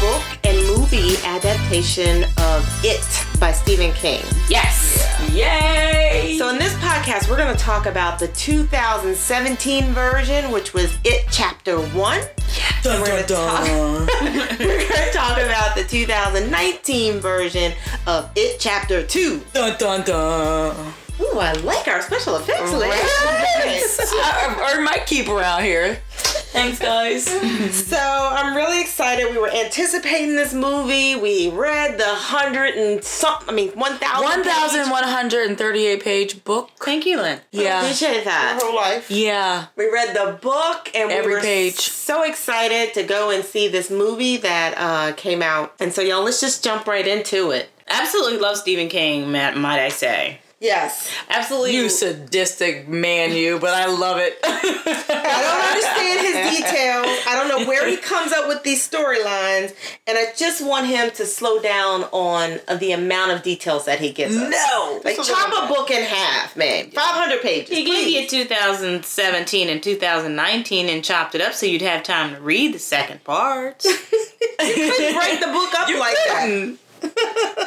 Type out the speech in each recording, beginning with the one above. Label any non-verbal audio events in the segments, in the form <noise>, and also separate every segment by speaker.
Speaker 1: book and movie adaptation of It by Stephen King.
Speaker 2: Yes. Yay.
Speaker 1: So, in this podcast, we're going to talk about the 2017 version, which was It Chapter 1. Dun, dun, dun. <laughs> We're going to talk about the 2019 version of It Chapter 2.
Speaker 3: Dun dun dun.
Speaker 1: Ooh, I like our special effects list.
Speaker 2: our, our mic keeper out here. Thanks, guys.
Speaker 1: So I'm really excited. We were anticipating this movie. We read the hundred and something, I mean, 1,000.
Speaker 2: One thousand one hundred and thirty-eight page book.
Speaker 4: Thank you, Lynn.
Speaker 2: Yeah.
Speaker 1: Appreciate that.
Speaker 4: Whole life.
Speaker 2: Yeah.
Speaker 1: We read the book and we
Speaker 2: Every
Speaker 1: were
Speaker 2: page.
Speaker 1: so excited to go and see this movie that uh, came out. And so, y'all, let's just jump right into it.
Speaker 4: Absolutely love Stephen King, ma- might I say.
Speaker 1: Yes.
Speaker 4: Absolutely.
Speaker 2: You sadistic man, you. But I love it. <laughs>
Speaker 1: I don't understand his details. I don't know where he comes up with these storylines. And I just want him to slow down on the amount of details that he gives us.
Speaker 2: no.
Speaker 1: Like,
Speaker 4: Just a
Speaker 1: chop
Speaker 4: little
Speaker 1: a
Speaker 4: bit.
Speaker 1: book in half, man. 500 pages.
Speaker 4: He
Speaker 1: please.
Speaker 4: gave you 2017 and 2019 and chopped it up so you'd have time to read the second part.
Speaker 1: couldn't break the book up like that.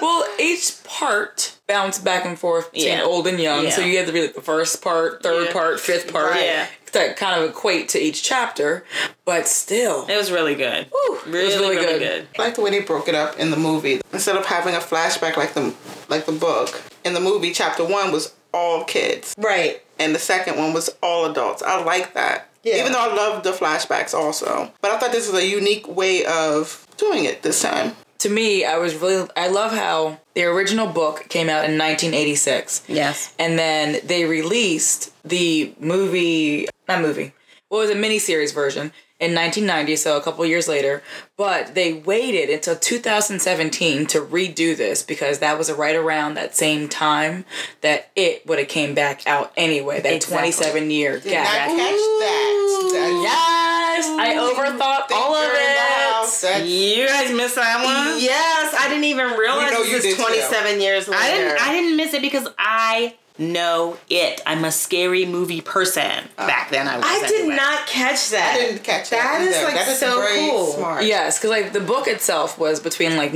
Speaker 2: Well, each part bounced back and forth between
Speaker 4: Yeah.
Speaker 2: old and young, so
Speaker 4: Yeah.
Speaker 2: you had to read like the first part, third
Speaker 4: Yeah.
Speaker 2: part, fifth part.
Speaker 4: Right. Yeah.
Speaker 2: That kind of equate to each chapter, but still,
Speaker 4: it was really good.
Speaker 2: it was really, good.
Speaker 5: I like the way they broke it up in the movie. Instead of having a flashback like the like the book in the movie, chapter one was all kids,
Speaker 1: Right.
Speaker 5: and the second one was all adults. I like that.
Speaker 1: Yeah.
Speaker 5: Even though I love the flashbacks also, but I thought this was a unique way of doing it this time.
Speaker 2: To me, I was really I love how the original book came out in 1986.
Speaker 4: Yes.
Speaker 2: and then they released the movie not movie what was a miniseries version in 1990 so a couple years later but they waited until 2017 to redo this because that was right around that same time that it would have came back out anyway that
Speaker 4: Exactly.
Speaker 2: 27 year
Speaker 5: I
Speaker 2: gap
Speaker 5: catch that. That-
Speaker 2: yes i overthought all of
Speaker 5: You're in the
Speaker 2: it
Speaker 5: house. That-
Speaker 4: You guys missed that one?
Speaker 1: Yes, I didn't even realize
Speaker 5: know you
Speaker 1: this is
Speaker 5: did too.
Speaker 1: 27 years later.
Speaker 4: I didn't I didn't miss it because I know it. I'm a scary movie person. Back then I was
Speaker 1: I did
Speaker 4: anyway.
Speaker 1: not catch that.
Speaker 5: I didn't catch
Speaker 1: That
Speaker 5: that.
Speaker 1: is,
Speaker 5: either.
Speaker 1: like,
Speaker 5: that is
Speaker 1: so
Speaker 5: very
Speaker 1: cool.
Speaker 5: Smart.
Speaker 2: Yes, because like the book itself was between like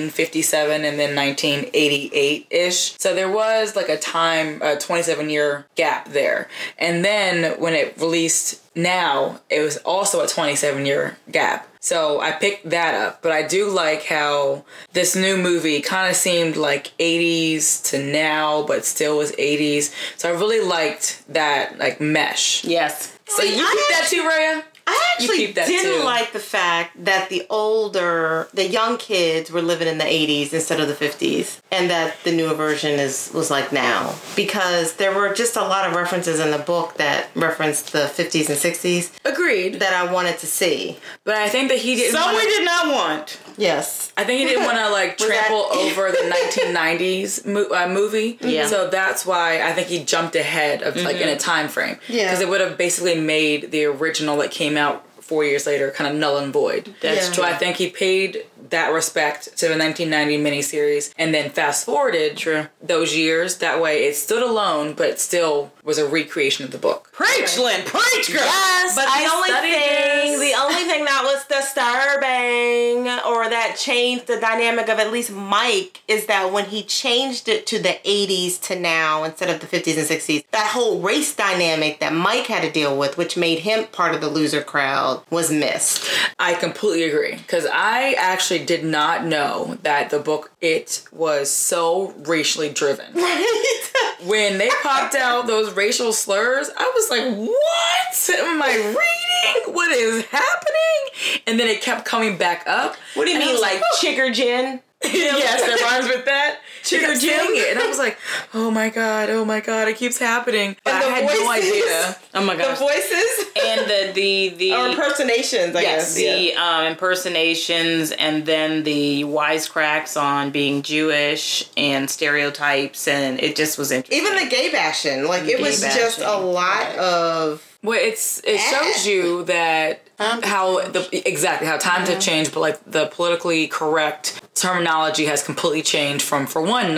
Speaker 2: 1957 and then 1988 ish. So there was like a time, a 27 year gap there. And then when it released now, it was also a 27 year gap. So I picked that up, but I do like how this new movie kind of seemed like 80s to now, but still was 80s. So I really liked that like mesh.
Speaker 4: Yes.
Speaker 2: So you keep that too, Raya?
Speaker 1: I
Speaker 2: You
Speaker 1: actually
Speaker 2: peeped that
Speaker 1: didn't
Speaker 2: too.
Speaker 1: like the fact that the older, the young kids were living in the 80s instead of the 50s, and that the newer version is was like now because there were just a lot of references in the book that referenced the 50s and 60s
Speaker 2: Agreed.
Speaker 1: that I wanted to see.
Speaker 2: But I think that he didn't.
Speaker 4: Some
Speaker 2: wanna-
Speaker 4: Oh, we did not want.
Speaker 1: Yes,
Speaker 2: I think he didn't want
Speaker 4: <laughs>
Speaker 2: to like trample
Speaker 1: that-
Speaker 2: over the 1990s mo- uh, movie.
Speaker 4: Yeah. Mm-hmm.
Speaker 2: So that's why I think he jumped ahead of like in a time frame.
Speaker 1: Yeah.
Speaker 2: Because it would have basically made the original that came out four years later kind of null and void.
Speaker 4: That's
Speaker 1: Yeah.
Speaker 2: So I think he paid that respect to the 1990 miniseries and then fast forwarded
Speaker 4: True.
Speaker 2: those years. That way it stood alone, but it still was a recreation of the book.
Speaker 4: Preach, Lynn, preach, girl.
Speaker 1: But the only
Speaker 4: <laughs>
Speaker 1: thing, the only thing that was disturbing or that changed the dynamic of at least Mike is that when he changed it to the 80s to now instead of the 50s and 60s, that whole race dynamic that Mike had to deal with, which made him part of the loser crowd, was missed.
Speaker 2: I completely agree because I actually did not know that the book it was so racially driven. when they popped out those racial slurs, I was like, "What am I reading? What is happening?" And then it kept coming back up.
Speaker 4: What do you
Speaker 2: And I
Speaker 4: mean,
Speaker 2: was
Speaker 4: like chicker gin?
Speaker 2: <laughs> yes, that
Speaker 4: <laughs>
Speaker 2: rhymes with that. She
Speaker 4: Chicken
Speaker 2: kept
Speaker 4: Jim.
Speaker 2: saying it, and I was like, "Oh my god, oh my god, it keeps happening." But I
Speaker 1: the
Speaker 2: had no
Speaker 1: voices.
Speaker 2: idea.
Speaker 4: Oh my gosh.
Speaker 1: Voices
Speaker 4: and the the the
Speaker 1: or impersonations, I
Speaker 4: yes,
Speaker 1: guess. yeah.
Speaker 4: the um, impersonations, and then the wisecracks on being Jewish and stereotypes, and it just was interesting.
Speaker 1: Even the gay bashing, like it was just a
Speaker 4: bashing,
Speaker 1: lot of
Speaker 2: Well, it's it shows you that how the exactly how times have changed, but like the politically correct terminology has completely changed from for one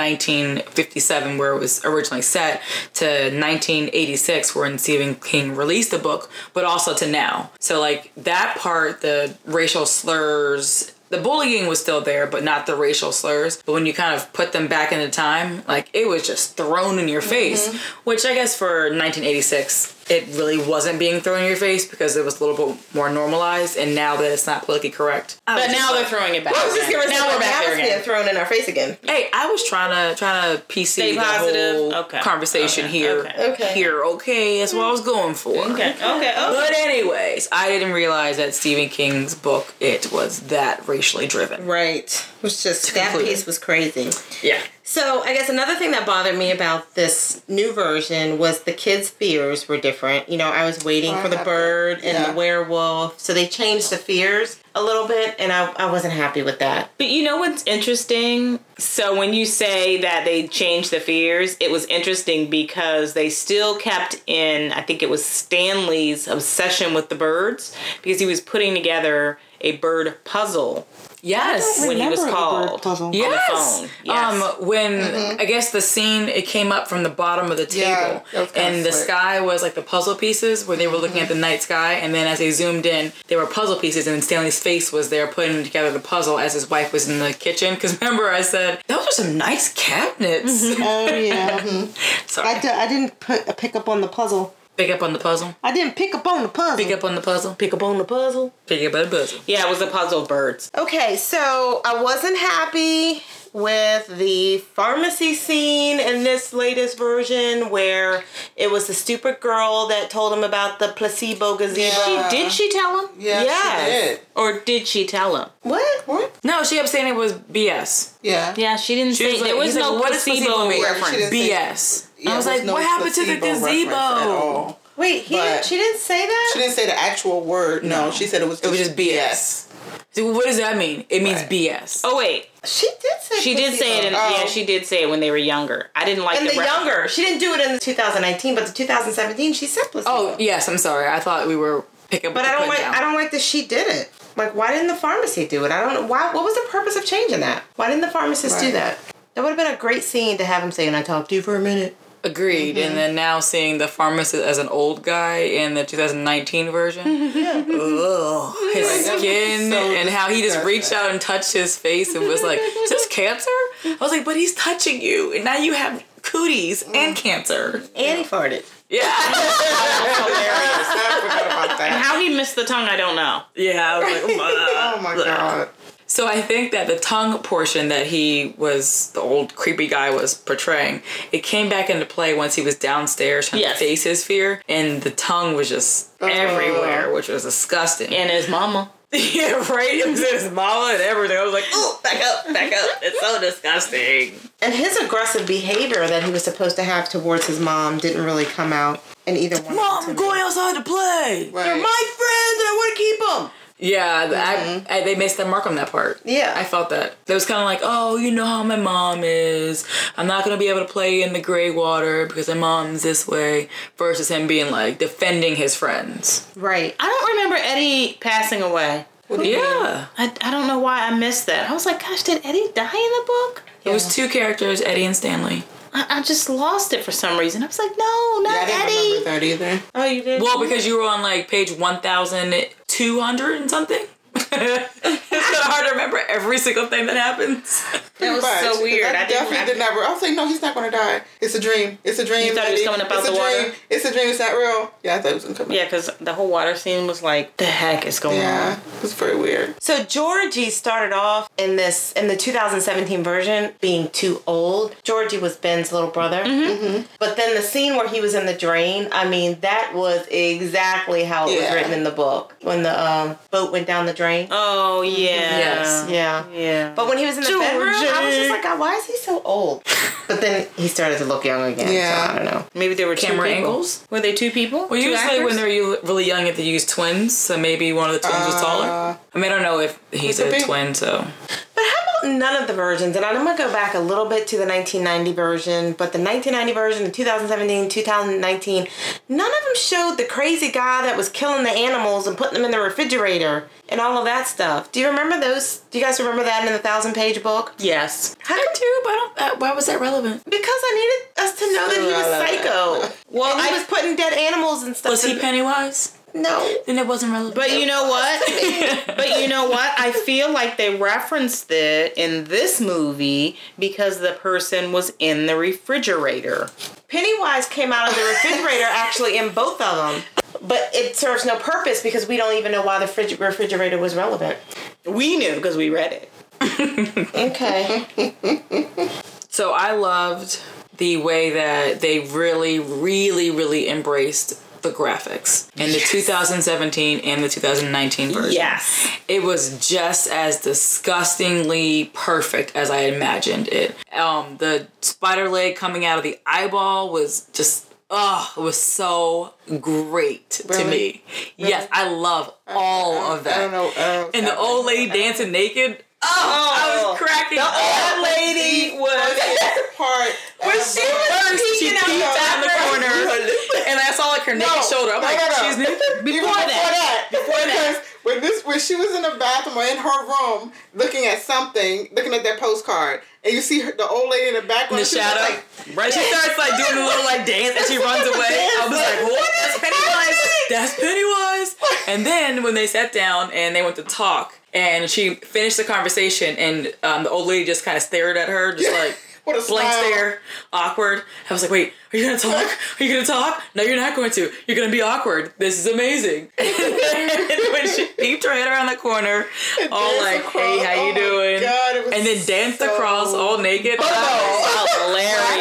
Speaker 2: 1957 where it was originally set to 1986 when Stephen King released the book, but also to now. So like that part, the racial slurs the bullying was still there, but not the racial slurs. But when you kind of put them back into time, like it was just thrown in your face, which I guess for 1986, it really wasn't being thrown in your face because it was a little bit more normalized. And now that it's not politically correct, I was
Speaker 4: But
Speaker 2: just
Speaker 4: now
Speaker 2: like,
Speaker 4: they're throwing it back.
Speaker 1: I was just gonna
Speaker 4: again.
Speaker 1: say,
Speaker 4: now we're back there
Speaker 1: it's being
Speaker 4: again.
Speaker 1: thrown in our face again.
Speaker 2: Hey, I was trying to trying to PC
Speaker 4: Stay
Speaker 2: the
Speaker 4: positive.
Speaker 2: whole
Speaker 4: Okay.
Speaker 2: conversation
Speaker 4: Okay.
Speaker 2: here.
Speaker 4: Okay.
Speaker 1: Okay.
Speaker 2: Here, okay, that's what I was going for.
Speaker 4: Okay. Okay. oh. Okay.
Speaker 2: But anyways, I didn't realize that Stephen King's book it was that racially driven.
Speaker 1: Right. It was just that
Speaker 2: Completely.
Speaker 1: piece was crazy.
Speaker 2: Yeah.
Speaker 1: So I guess another thing that bothered me about this new version was the kids' fears were different. You know, I was waiting
Speaker 5: I
Speaker 1: for the
Speaker 5: have
Speaker 1: bird and
Speaker 5: yeah.
Speaker 1: the werewolf. So they changed the fears a little bit and I, I wasn't happy with that.
Speaker 4: But you know what's interesting? So when you say that they changed the fears, it was interesting because they still kept in I think it was Stanley's obsession with the birds because he was putting together a bird puzzle
Speaker 2: Yes.
Speaker 4: when he was
Speaker 5: Remember the bird
Speaker 4: called.
Speaker 5: puzzle.
Speaker 2: Yes.
Speaker 4: phone. Yes.
Speaker 2: Um, when I guess the scene it came up from the bottom of the
Speaker 5: Mm-hmm. Yeah,
Speaker 2: table,
Speaker 5: that was kinda Mm-hmm.
Speaker 2: and the
Speaker 5: slick.
Speaker 2: sky was like the puzzle pieces where they were looking at the night sky, and then as they zoomed in, there were puzzle pieces, and Stanley's face was there putting together the puzzle as his wife was in the kitchen. Because remember, I said those are some nice cabinets.
Speaker 5: Oh yeah. mhm.
Speaker 2: <laughs> Sorry,
Speaker 5: I, d- I didn't put a pick up on the puzzle.
Speaker 2: pick up on the puzzle.
Speaker 5: I didn't pick up on the puzzle.
Speaker 2: Pick up on the puzzle.
Speaker 1: Pick up on the puzzle.
Speaker 2: Pick up on the puzzle.
Speaker 4: yeah, it was a puzzle of birds.
Speaker 1: Okay, so I wasn't happy with the pharmacy scene in this latest version where it was the stupid girl that told him about the placebo gazebo.
Speaker 5: Yeah.
Speaker 4: Did she tell him?
Speaker 5: Yeah, she
Speaker 1: Yes.
Speaker 5: did.
Speaker 4: Or did she tell him?
Speaker 1: What?
Speaker 5: What?
Speaker 2: No, she kept saying it was BS.
Speaker 5: Yeah.
Speaker 4: Yeah, she didn't
Speaker 2: She
Speaker 4: say
Speaker 2: was like-
Speaker 4: there was
Speaker 2: he's like,
Speaker 4: no
Speaker 2: "What is placebo
Speaker 4: placebo
Speaker 2: mean?"
Speaker 5: Yeah, she
Speaker 4: reference.
Speaker 5: didn't-
Speaker 2: BS.
Speaker 5: Yeah,
Speaker 2: I was
Speaker 5: there
Speaker 2: like,
Speaker 5: no
Speaker 2: what happened to the
Speaker 5: placebo reference at
Speaker 2: gazebo?
Speaker 5: all.
Speaker 1: Wait, he
Speaker 5: But-
Speaker 1: didn't, she didn't say that?
Speaker 5: She didn't say the actual word. No, she said it was. Just
Speaker 2: It was just BS. So What does that mean? It means
Speaker 5: Right.
Speaker 2: BS.
Speaker 4: Oh wait,
Speaker 1: She did say
Speaker 4: she did say it. In,
Speaker 5: Oh.
Speaker 4: Yeah, she did say it when they were younger. I didn't like
Speaker 1: And the
Speaker 4: reference.
Speaker 1: younger, she didn't do it in the 2019, but the 2017, she said placebo.
Speaker 2: Oh yes, I'm sorry. I thought we were picking up.
Speaker 1: but
Speaker 2: the
Speaker 1: I don't
Speaker 2: put
Speaker 1: like.
Speaker 2: down.
Speaker 1: I don't like that she did it. Like, why didn't the pharmacy do it? I don't. know. Why? What was the purpose of changing that? Why didn't the pharmacist do
Speaker 5: Right.
Speaker 1: that? That would have been a great scene to have him saying, "I talked to you for a minute."
Speaker 2: Agreed. And then now seeing the pharmacist as an old guy in the 2019 version, ugh, his
Speaker 5: that was
Speaker 2: skin
Speaker 5: so
Speaker 2: and how he just reached out and touched his face and was like, "Is this cancer?" I was like, "But he's touching you, and now you have cooties and cancer."
Speaker 1: And he farted.
Speaker 2: Yeah,
Speaker 5: Hilarious. I forgot about that.
Speaker 4: How he missed the tongue, I don't know.
Speaker 2: yeah. I was like,
Speaker 5: Oh my god.
Speaker 2: So I think that the tongue portion that he was the old creepy guy was portraying, it came back into play once he was downstairs trying to
Speaker 4: Yes.
Speaker 2: face his fear, and the tongue was just everywhere, which was disgusting.
Speaker 4: And his mama.
Speaker 2: <laughs>
Speaker 5: <laughs>
Speaker 2: yeah, right. It was in his mama and everything. I was like, oh,
Speaker 4: Back up, back up. It's so disgusting.
Speaker 1: And his aggressive behavior that he was supposed to have towards his mom didn't really come out in either one. of the
Speaker 2: mom, I'm going outside to play.
Speaker 5: Right.
Speaker 1: two. My friends, I want to keep them.
Speaker 2: Yeah, th- I, I, they missed that mark on that part.
Speaker 1: Yeah.
Speaker 2: I felt that. It was kind of like, oh, you know how my mom is. I'm not going to be able to play in the gray water because my mom's this way, versus him being like defending his friends.
Speaker 1: Right.
Speaker 4: I don't remember Eddie passing away.
Speaker 2: Yeah.
Speaker 4: I, I don't know why I missed that. I was like, gosh, did Eddie die in the book?
Speaker 2: It was two characters, Eddie and Stanley.
Speaker 4: I, I just lost it for some reason. I was like, no,
Speaker 5: Yeah, I
Speaker 4: not
Speaker 5: didn't
Speaker 4: Eddie.
Speaker 5: remember that either.
Speaker 1: Oh, you did.
Speaker 2: Well, because you were on like page 1,200 and something. <laughs> it's kind of hard to remember every single thing that happens.
Speaker 4: That was
Speaker 5: But-
Speaker 4: so weird. I,
Speaker 5: I
Speaker 4: didn't remember.
Speaker 5: definitely did not. I was like, no, he's not going to die. It's a dream. It's a dream.
Speaker 4: You thought he was
Speaker 5: lady.
Speaker 4: coming up out
Speaker 5: it's
Speaker 4: the
Speaker 5: a
Speaker 4: water?
Speaker 5: dream. It's a dream. It's not real. Yeah, I thought it was going to come.
Speaker 4: Yeah, because the whole water scene was like, the heck is going
Speaker 5: Yeah,
Speaker 4: on?
Speaker 5: it was very weird.
Speaker 1: So Georgie started off in this in the 2017 version being too old. Georgie was Ben's little brother. Mm-hmm. But then the scene where he was in the drain, I mean, that was exactly how it was
Speaker 5: Yeah.
Speaker 1: written in the book when the um, boat went down the drain.
Speaker 4: Oh, yeah.
Speaker 2: Mm-hmm. Yes.
Speaker 1: Yeah.
Speaker 4: Yeah.
Speaker 1: But when he was in the bedroom, I was
Speaker 4: Georgie.
Speaker 1: just like, "God, why is he so old? But then he started to look young again. Yeah.
Speaker 5: Yeah.
Speaker 1: So I don't know.
Speaker 4: Maybe there were two
Speaker 2: Camera
Speaker 4: people.
Speaker 2: angles?
Speaker 4: Were they two people?
Speaker 2: Well,
Speaker 4: two
Speaker 2: usually
Speaker 4: actors?
Speaker 2: when they're u- really young, if they use twins, so maybe one of the twins was taller. I mean, I don't know if he's a
Speaker 5: could be.
Speaker 2: twin, so
Speaker 1: But how about none of the versions? And I'm gonna go back a little bit to the 1990 version, but the 1990 version, the 2017, 2019, none of them showed the crazy guy that was killing the animals and putting them in the refrigerator and all of that stuff. Do you remember those? Do you guys remember that in the thousand page book?
Speaker 4: Yes.
Speaker 1: How could you?
Speaker 2: Dude, but I don't, uh, why was that relevant?
Speaker 1: Because I needed us to know that he was psycho.
Speaker 4: Well,
Speaker 1: And he
Speaker 4: I
Speaker 1: was putting dead animals and stuff.
Speaker 2: Was he
Speaker 1: in-
Speaker 2: Pennywise?
Speaker 1: No.
Speaker 2: Then it wasn't relevant.
Speaker 4: But you
Speaker 2: <laughs>
Speaker 4: know what? but you know what? I feel like they referenced it in this movie because the person was in the refrigerator.
Speaker 1: Pennywise came out of the
Speaker 4: <laughs>
Speaker 1: refrigerator actually in both of them. But it serves no purpose because we don't even know why the fridge- refrigerator was relevant.
Speaker 4: We knew because we read it.
Speaker 1: <laughs> Okay.
Speaker 2: So I loved the way that they really, really, really embraced the graphics in the 2017 and the 2019 version.
Speaker 4: Yes.
Speaker 2: It was just as disgustingly perfect as I imagined it. Um, the spider leg coming out of the eyeball was just. Oh, it was so great to me. Yes, I love all of that.
Speaker 5: I don't know. uh, I don't
Speaker 2: And the old lady dancing naked. Oh, I was cracking up.
Speaker 1: That lady was
Speaker 5: part.
Speaker 1: she was
Speaker 2: first she
Speaker 1: peeking
Speaker 2: peeped out in the
Speaker 1: front.
Speaker 2: corner, and I saw like her naked shoulder. I'm
Speaker 5: no,
Speaker 2: like,
Speaker 5: no, no.
Speaker 2: she's
Speaker 5: <laughs>
Speaker 2: naked.
Speaker 5: Even
Speaker 2: Before that,
Speaker 5: Before that. Because when this when she was in the bathroom or in her room looking at something, looking at that postcard, and you see her, the old lady in the
Speaker 2: in
Speaker 5: background.
Speaker 2: the
Speaker 5: she was
Speaker 2: shadow,
Speaker 5: Like,
Speaker 2: right? She starts like doing a little like dance, and she runs away. I was like, what? That's Pennywise. That's
Speaker 5: <laughs>
Speaker 2: Pennywise. And then when they sat down and they went to talk, and she finished the conversation, and um, the old lady just kind of stared at her, just like.
Speaker 5: <laughs> what a
Speaker 2: blank
Speaker 5: smile.
Speaker 2: stare, awkward. I was like, wait, are you gonna talk? Are you gonna talk? No, you're not going to. You're gonna be awkward. This is
Speaker 5: <laughs>
Speaker 2: amazing. and when she peeped right around the corner, all
Speaker 5: Dance
Speaker 2: like,
Speaker 5: across.
Speaker 2: hey, how
Speaker 5: Oh
Speaker 2: you
Speaker 5: my
Speaker 2: doing?
Speaker 5: God, it was
Speaker 2: and then danced
Speaker 5: so- Oh,
Speaker 2: across all naked.
Speaker 5: That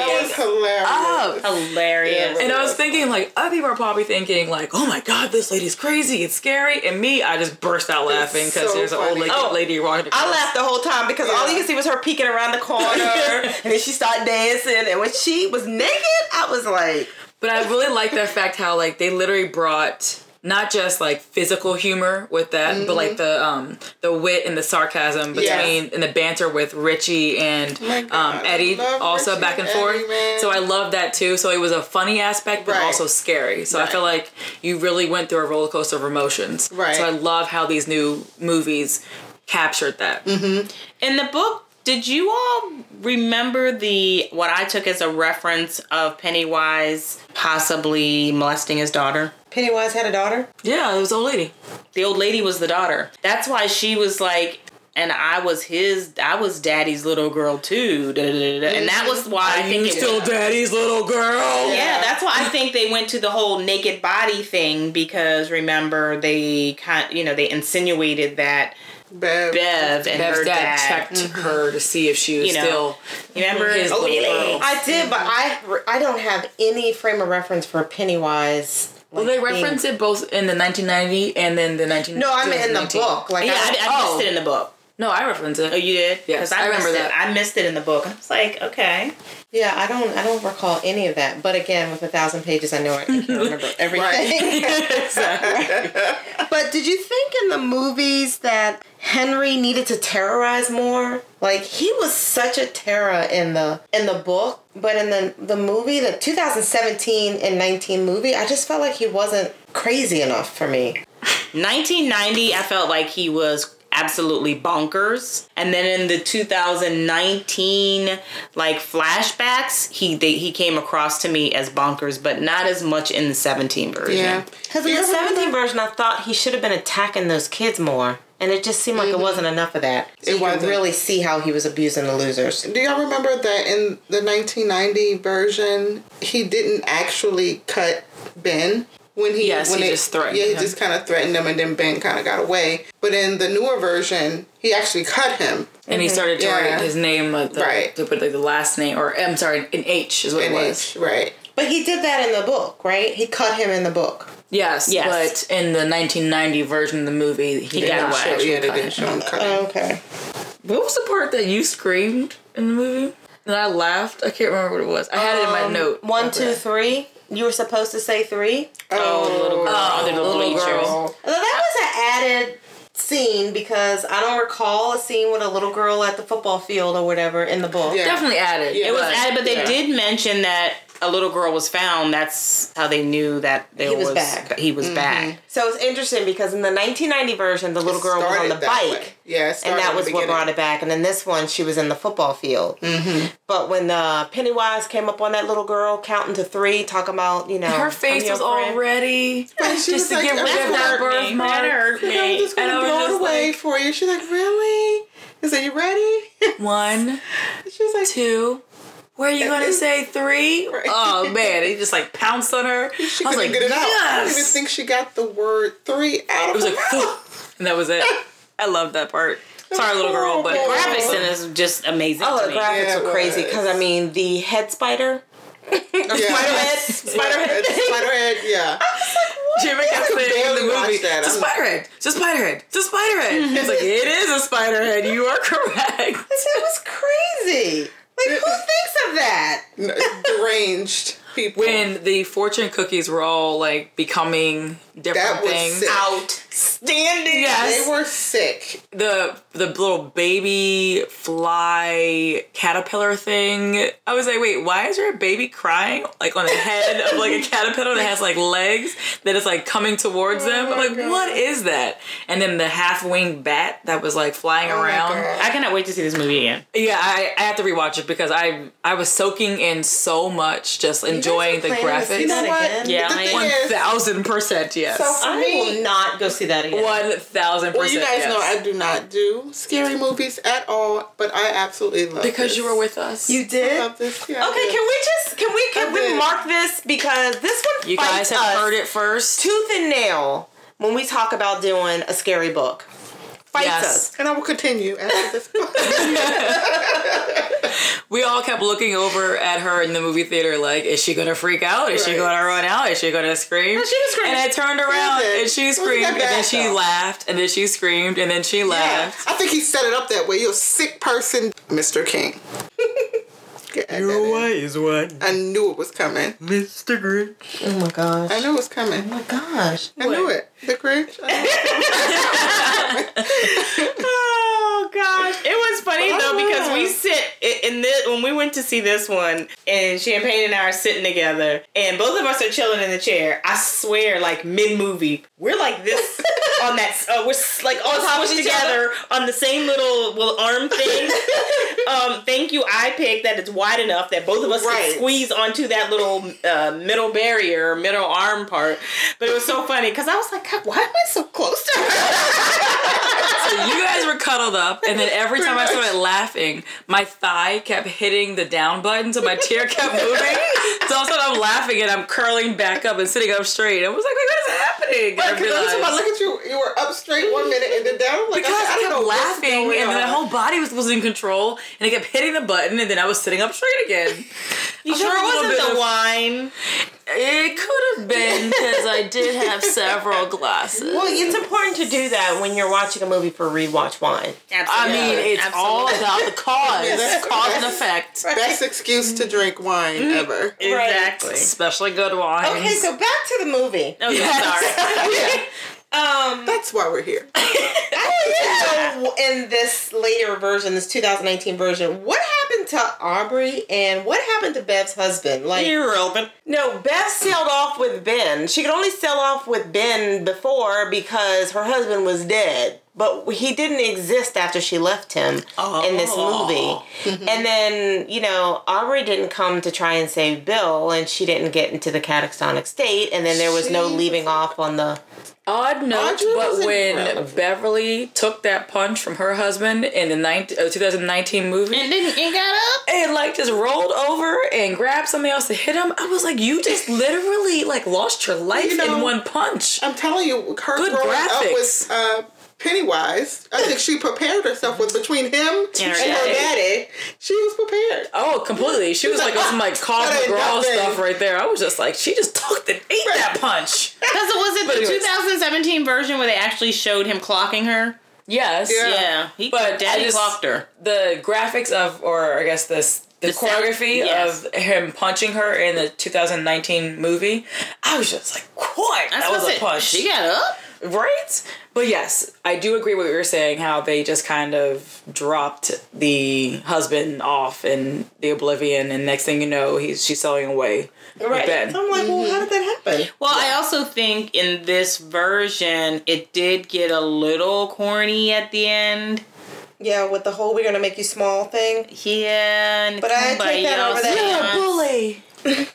Speaker 5: was
Speaker 4: Hilarious.
Speaker 5: hilarious.
Speaker 2: Up.
Speaker 4: Hilarious.
Speaker 2: Oh, And I was thinking, like, other people are probably thinking, like, oh my god, this lady's crazy, it's scary. And me, I just burst out laughing because
Speaker 5: so
Speaker 2: there's an old
Speaker 5: funny.
Speaker 2: lady,
Speaker 5: Oh,
Speaker 2: lady walking across.
Speaker 1: I laughed the whole time because all you could see was her peeking around the <laughs> corner, and then she started dancing. And when she was naked, I was like,
Speaker 2: But I really like that fact how like they literally brought not just like physical humor with that, but like the um the wit and the sarcasm between
Speaker 5: Mm-hmm. Yes. Oh
Speaker 2: and the banter with Richie and
Speaker 5: my God,
Speaker 2: um
Speaker 5: I
Speaker 2: Eddie
Speaker 5: love
Speaker 2: also
Speaker 5: Richie
Speaker 2: back and
Speaker 5: and
Speaker 2: forth.
Speaker 5: Eddie, man.
Speaker 2: So I love that too. So it was a funny aspect but
Speaker 5: Right.
Speaker 2: also scary. So I feel like you really went through a roller coaster of emotions.
Speaker 5: Right.
Speaker 2: So I love how these new movies captured that.
Speaker 5: Mm-hmm.
Speaker 4: In the book, did you all remember the what I took as a reference of Pennywise possibly molesting his daughter?
Speaker 1: Pennywise had a daughter.
Speaker 2: Yeah, it was the old lady.
Speaker 4: The old lady was the daughter. That's why she was like and I was his I was daddy's little girl too. da, da, da, da. And that was why I think it was-
Speaker 2: daddy's little girl.
Speaker 4: yeah, that's why I think they went to the whole naked body thing because remember they kind you know they insinuated that
Speaker 5: Bev.
Speaker 4: Bev and
Speaker 2: Bev's
Speaker 4: her
Speaker 2: dad,
Speaker 4: dad,
Speaker 2: checked
Speaker 5: Mm-hmm.
Speaker 2: her to see if she was
Speaker 4: You know,
Speaker 2: still
Speaker 4: remember
Speaker 2: his
Speaker 4: Oh,
Speaker 2: little
Speaker 4: really?
Speaker 2: girl.
Speaker 1: I did, but I I don't have any frame of reference for Pennywise.
Speaker 2: Well, they reference it both in the 1990 and then the 19.
Speaker 1: No, I meant in the
Speaker 2: 2019.
Speaker 1: book. Like,
Speaker 4: Yeah,
Speaker 1: I,
Speaker 4: I, I
Speaker 2: Oh.
Speaker 4: missed it in the book.
Speaker 2: No, I reference it.
Speaker 4: Oh, you did?
Speaker 2: Yes,
Speaker 4: 'Cause I,
Speaker 2: I remember
Speaker 4: missed
Speaker 2: that.
Speaker 4: It. I missed it in the book. I was like, okay.
Speaker 1: yeah, I don't I don't recall any of that. But again, with a thousand pages, I know I
Speaker 5: <laughs>
Speaker 1: can remember everything. <laughs> but did you think in the movies that Henry needed to terrorize more? Like he was such a terror in the in the book, but in the the movie, the 2017 and 19 movie, I just felt like he wasn't crazy enough for me.
Speaker 4: 1990, I felt like he was absolutely bonkers. And then in the 2019 like flashbacks, he they, he came across to me as bonkers, but not as much in the 17 version.
Speaker 5: Yeah.
Speaker 1: Because in the 17 version, I thought he should have been attacking those kids more. And it just seemed like it wasn't enough of that. Mm-hmm. So
Speaker 5: It
Speaker 1: you could
Speaker 5: wasn't.
Speaker 1: really see how he was abusing the losers.
Speaker 5: Do y'all remember that in the 1990 version, he didn't actually cut Ben? When he,
Speaker 2: Yes,
Speaker 5: when
Speaker 2: he
Speaker 5: it-
Speaker 2: just threatened
Speaker 5: Yeah, he
Speaker 2: him.
Speaker 5: just kind of threatened him, and then Ben kind of got away. But in the newer version, he actually cut him.
Speaker 2: and he started to
Speaker 5: Yeah.
Speaker 2: write his name, like the,
Speaker 5: Right.
Speaker 2: to put like the last name, or I'm sorry, an H is what
Speaker 5: And
Speaker 2: it was.
Speaker 5: it's- right.
Speaker 1: But he did that in the book, right? He cut him in the book.
Speaker 2: Yes,
Speaker 4: Yes.
Speaker 2: but in the 1990 version of the movie, he, did
Speaker 4: got
Speaker 2: not
Speaker 4: away.
Speaker 5: So,
Speaker 2: actually
Speaker 5: yeah, they
Speaker 2: cut
Speaker 5: didn't
Speaker 2: him.
Speaker 5: show him cutting.
Speaker 2: Um,
Speaker 1: Okay.
Speaker 2: What was the part that you screamed in the movie? And I laughed. I can't remember what it was. I had it in my note.
Speaker 1: One, two, three. You were supposed to say three.
Speaker 5: oh, little girl.
Speaker 2: Oh,
Speaker 4: the
Speaker 2: little
Speaker 4: bleachers.
Speaker 2: girl.
Speaker 1: Now, that was an added scene because I don't recall a scene with a little girl at the football field or whatever in the book.
Speaker 5: Yeah.
Speaker 2: Definitely added.
Speaker 5: Yeah.
Speaker 4: It was
Speaker 2: but-
Speaker 4: added, but they
Speaker 5: Yeah.
Speaker 4: did mention that a little girl was found, that's how they knew that there
Speaker 1: He was
Speaker 4: was,
Speaker 1: back. Mm-hmm.
Speaker 4: that he was back.
Speaker 1: So it's interesting because in the 1990 version, the little girl was on
Speaker 5: started
Speaker 1: the
Speaker 5: that
Speaker 1: bike.
Speaker 5: way. Yeah, it
Speaker 1: and
Speaker 5: started
Speaker 1: that
Speaker 5: in
Speaker 1: was
Speaker 5: the
Speaker 1: what
Speaker 5: beginning.
Speaker 1: brought it back. And in this one, she was in the football field. Mm-hmm. But when uh, Pennywise came up on that little girl, counting to three, talking about you know
Speaker 2: Her face
Speaker 1: I'm your
Speaker 2: was all
Speaker 1: friend.
Speaker 2: ready.
Speaker 5: And she
Speaker 2: Just to
Speaker 5: was
Speaker 2: get
Speaker 5: like,
Speaker 2: rid of
Speaker 5: "That's
Speaker 2: that
Speaker 5: what-
Speaker 2: birthmark.
Speaker 4: That hurt
Speaker 5: you know, I'm
Speaker 4: me.
Speaker 5: just gonna
Speaker 2: And I was
Speaker 5: blow it
Speaker 2: just
Speaker 5: away
Speaker 2: like-
Speaker 5: for you. She's like, really? <laughs> I said, you ready?
Speaker 2: One,
Speaker 5: she was like,
Speaker 2: two. Where are you gonna say
Speaker 5: <laughs>
Speaker 2: three? Oh man, he just like pounced on her.
Speaker 5: she
Speaker 2: I was
Speaker 5: couldn't
Speaker 2: like,
Speaker 5: get it out. I don't even
Speaker 2: yes.
Speaker 5: think she got the word three out
Speaker 2: It
Speaker 5: of
Speaker 2: was
Speaker 5: her
Speaker 2: like,
Speaker 5: mouth.
Speaker 2: <laughs> and that was it. I love that
Speaker 5: <laughs>
Speaker 2: part. Sorry, little girl, but
Speaker 5: Horrible.
Speaker 4: Graphics in this is just amazing
Speaker 1: Oh,
Speaker 4: to
Speaker 1: the
Speaker 4: me.
Speaker 1: graphics
Speaker 5: Yeah, it
Speaker 1: were crazy
Speaker 5: was.
Speaker 1: because I mean the head spider, spider
Speaker 5: Yeah.
Speaker 1: head, spider head.
Speaker 5: Spiderhead. Spiderhead, yeah.
Speaker 2: Jimmy got
Speaker 5: could
Speaker 2: it in the
Speaker 5: barely watch
Speaker 2: movie.
Speaker 5: that.
Speaker 2: It's a
Speaker 5: I'm-
Speaker 2: spider head. It's a spider head. It's a spider head.
Speaker 5: <laughs>
Speaker 2: It's like, it is a spider head. You are correct.
Speaker 1: It was crazy. Like who thinks of that?
Speaker 5: No, deranged people.
Speaker 2: When the fortune cookies were all like becoming different
Speaker 5: that was
Speaker 2: things.
Speaker 5: sick.
Speaker 1: Outstanding.
Speaker 2: Yes.
Speaker 5: They were sick. Oh
Speaker 2: the the little baby fly caterpillar thing. I was like, wait, why is there a baby crying like on the head of like a caterpillar that has like legs that is like coming towards them?
Speaker 5: Oh
Speaker 2: I'm like, what is that? And then the half winged bat that was like flying
Speaker 5: Oh my
Speaker 2: around.
Speaker 5: God.
Speaker 4: I cannot wait to see this movie again.
Speaker 2: Yeah, I, I have to rewatch it because I I was soaking in so much, just enjoying the
Speaker 1: You
Speaker 2: graphics.
Speaker 1: know what?
Speaker 5: But
Speaker 4: Yeah,
Speaker 5: the
Speaker 4: I-
Speaker 5: thing
Speaker 2: One
Speaker 5: is,
Speaker 2: thousand percent, yes.
Speaker 5: so for
Speaker 1: I will
Speaker 5: me,
Speaker 1: not go see that again.
Speaker 2: One thousand percent.
Speaker 5: well, you guys
Speaker 2: yes.
Speaker 5: know I do not do scary movies at all, but I absolutely love
Speaker 2: because
Speaker 5: this.
Speaker 2: you were with us.
Speaker 1: You
Speaker 5: I
Speaker 1: did.
Speaker 5: love this. Yeah,
Speaker 1: Okay, can we just can we can
Speaker 5: Okay.
Speaker 1: we mark this because this one
Speaker 2: You guys
Speaker 1: fights
Speaker 2: have
Speaker 1: us
Speaker 2: heard it first.
Speaker 1: tooth and nail when we talk about doing a scary book. Fights
Speaker 2: Yes.
Speaker 1: us.
Speaker 5: And I will continue after this. <laughs>
Speaker 2: We all kept looking over at her in the movie theater, like, is she gonna freak out? Is she
Speaker 5: Right.
Speaker 2: gonna run out? Is she gonna scream?
Speaker 1: she was screaming.
Speaker 2: And I turned around
Speaker 5: did.
Speaker 2: and she
Speaker 5: It wasn't
Speaker 2: screamed,
Speaker 5: that
Speaker 2: and then
Speaker 5: bad,
Speaker 2: she
Speaker 5: though.
Speaker 2: laughed, and then she screamed, and then she
Speaker 5: yeah,
Speaker 2: laughed.
Speaker 5: I think he set it up that way. You're a sick person, Mr. King.
Speaker 2: <laughs>
Speaker 5: You're what is what? I knew it was coming.
Speaker 1: Oh my gosh.
Speaker 5: I knew it was coming.
Speaker 1: Oh my gosh.
Speaker 5: I knew it. The
Speaker 1: <laughs>
Speaker 5: Grinch. I knew it.
Speaker 4: Oh gosh, it was funny though
Speaker 1: Oh,
Speaker 4: because we sit i- in this when we went to see this one, and Champagne and I are sitting together, and both of us are chilling in the chair. I swear, like mid movie, we're like this
Speaker 1: <laughs>
Speaker 4: on that. s- Uh, we're s- like all
Speaker 1: top of
Speaker 4: squished
Speaker 1: each other.
Speaker 4: together on the same little little arm thing.
Speaker 1: <laughs>
Speaker 4: um, thank you, I picked that it's wide enough that both of us
Speaker 5: Right.
Speaker 4: can squeeze onto that little uh, middle barrier, middle arm part. But it was so funny because I was like, God, why am I so close to her?
Speaker 2: So you guys were cuddled up, and then every time I started laughing, my thigh kept hitting the down button, so my chair kept moving. So all of a sudden I'm laughing and I'm curling back up and sitting up straight. I was like, wait, what is happening? And I
Speaker 5: Because every time I
Speaker 2: realized-
Speaker 5: look at you, you were up straight one minute and then down. Like,
Speaker 2: Because I,
Speaker 5: I, I
Speaker 2: kept
Speaker 5: don't know what's
Speaker 2: laughing
Speaker 5: going
Speaker 2: and then
Speaker 5: on.
Speaker 2: the whole body was losing control and it kept hitting the button and then I was sitting up straight again.
Speaker 4: You
Speaker 2: I
Speaker 4: sure
Speaker 2: had a
Speaker 4: it
Speaker 2: little
Speaker 4: wasn't
Speaker 2: bit
Speaker 4: the
Speaker 2: of-
Speaker 4: wine?
Speaker 2: It could have been because I did have several glasses.
Speaker 1: Well, it's important to do that when you're watching a movie for rewatch wine.
Speaker 2: I mean, it's all
Speaker 4: Absolutely.
Speaker 2: about the cause,
Speaker 5: that's-
Speaker 2: cause and effect,
Speaker 5: Best excuse to drink wine
Speaker 2: Mm. <laughs>
Speaker 5: ever.
Speaker 4: exactly.
Speaker 2: especially good wine.
Speaker 1: Okay, so back to the
Speaker 4: <laughs>
Speaker 1: movie.
Speaker 4: Okay, sorry.
Speaker 5: <laughs> Yeah,
Speaker 1: Um,
Speaker 5: that's why we're here.
Speaker 1: I don't know in this later version, this 2019 version, what happened to Aubrey and what happened to Bev's husband? Like,
Speaker 4: Irrelevant.
Speaker 1: No, Beth sailed off with Ben. She could only sail off with Ben before because her husband was dead. But he didn't exist after she left him in this movie. and then, you know, Aubrey didn't come to try and save Bill, and she didn't get into the catatonic state. And then there was no
Speaker 5: She-
Speaker 1: leaving off on the.
Speaker 2: Odd note,
Speaker 5: Audrey
Speaker 2: but
Speaker 5: wasn't
Speaker 2: when
Speaker 5: relevant.
Speaker 2: Beverly took that punch from her husband in the 19, uh, 2019 movie and,
Speaker 4: Didn't you got up?
Speaker 2: like just rolled over and grabbed somebody else to hit him, I was like, you just literally like lost your life in
Speaker 5: know,
Speaker 2: one punch.
Speaker 5: I'm telling you, her
Speaker 2: Good
Speaker 5: growing up
Speaker 2: graphics.
Speaker 5: with uh, Pennywise, I think she prepared herself with between him and her
Speaker 4: daddy.
Speaker 5: daddy. She was prepared.
Speaker 2: Oh, completely. She was like on some like Carl
Speaker 5: That ain't
Speaker 2: McGraw
Speaker 5: nothing.
Speaker 2: stuff right there. I was just like, she just took the ate that punch.
Speaker 4: Because it was it the
Speaker 2: anyways.
Speaker 4: 2017 version where they actually showed him clocking her.
Speaker 2: Yes.
Speaker 5: Yeah.
Speaker 4: Yeah, he
Speaker 2: But I
Speaker 4: daddy
Speaker 2: just-
Speaker 4: clocked her.
Speaker 2: The graphics of, or I guess this. The,
Speaker 4: sound-
Speaker 2: choreography
Speaker 4: yes.
Speaker 2: of him punching her in the 2019 movie, I was just like, "What? That was a punch."
Speaker 4: She got up.
Speaker 2: Right? But yes, I do agree with what you're saying, how they just kind of dropped the husband off in the oblivion and next thing you know he's she's sailing away.
Speaker 1: Right.
Speaker 2: Ben.
Speaker 1: So I'm like, well, how did that happen?
Speaker 4: Well, I also think in this version, it did get a little corny at the end.
Speaker 1: Yeah, with the whole "we're gonna make you small" thing.
Speaker 4: Yeah, and
Speaker 1: But I take
Speaker 4: somebody
Speaker 1: that over
Speaker 4: else
Speaker 1: that- You're
Speaker 4: seance-
Speaker 2: bully.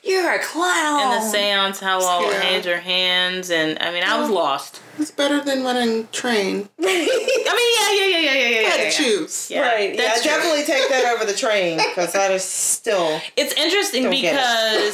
Speaker 2: You're a clown.
Speaker 4: And the seance, how all
Speaker 5: Yeah.
Speaker 4: hands are hands, and I mean, I was lost.
Speaker 5: It's better than running train.
Speaker 4: I mean, yeah, yeah, yeah, yeah, yeah, yeah.
Speaker 5: I
Speaker 4: yeah,
Speaker 5: had
Speaker 4: yeah.
Speaker 5: to choose.
Speaker 4: Yeah,
Speaker 1: right. Yeah,
Speaker 4: that's
Speaker 1: I
Speaker 4: true.
Speaker 1: definitely take that over the train because that is still.
Speaker 4: It's interesting
Speaker 1: Don't get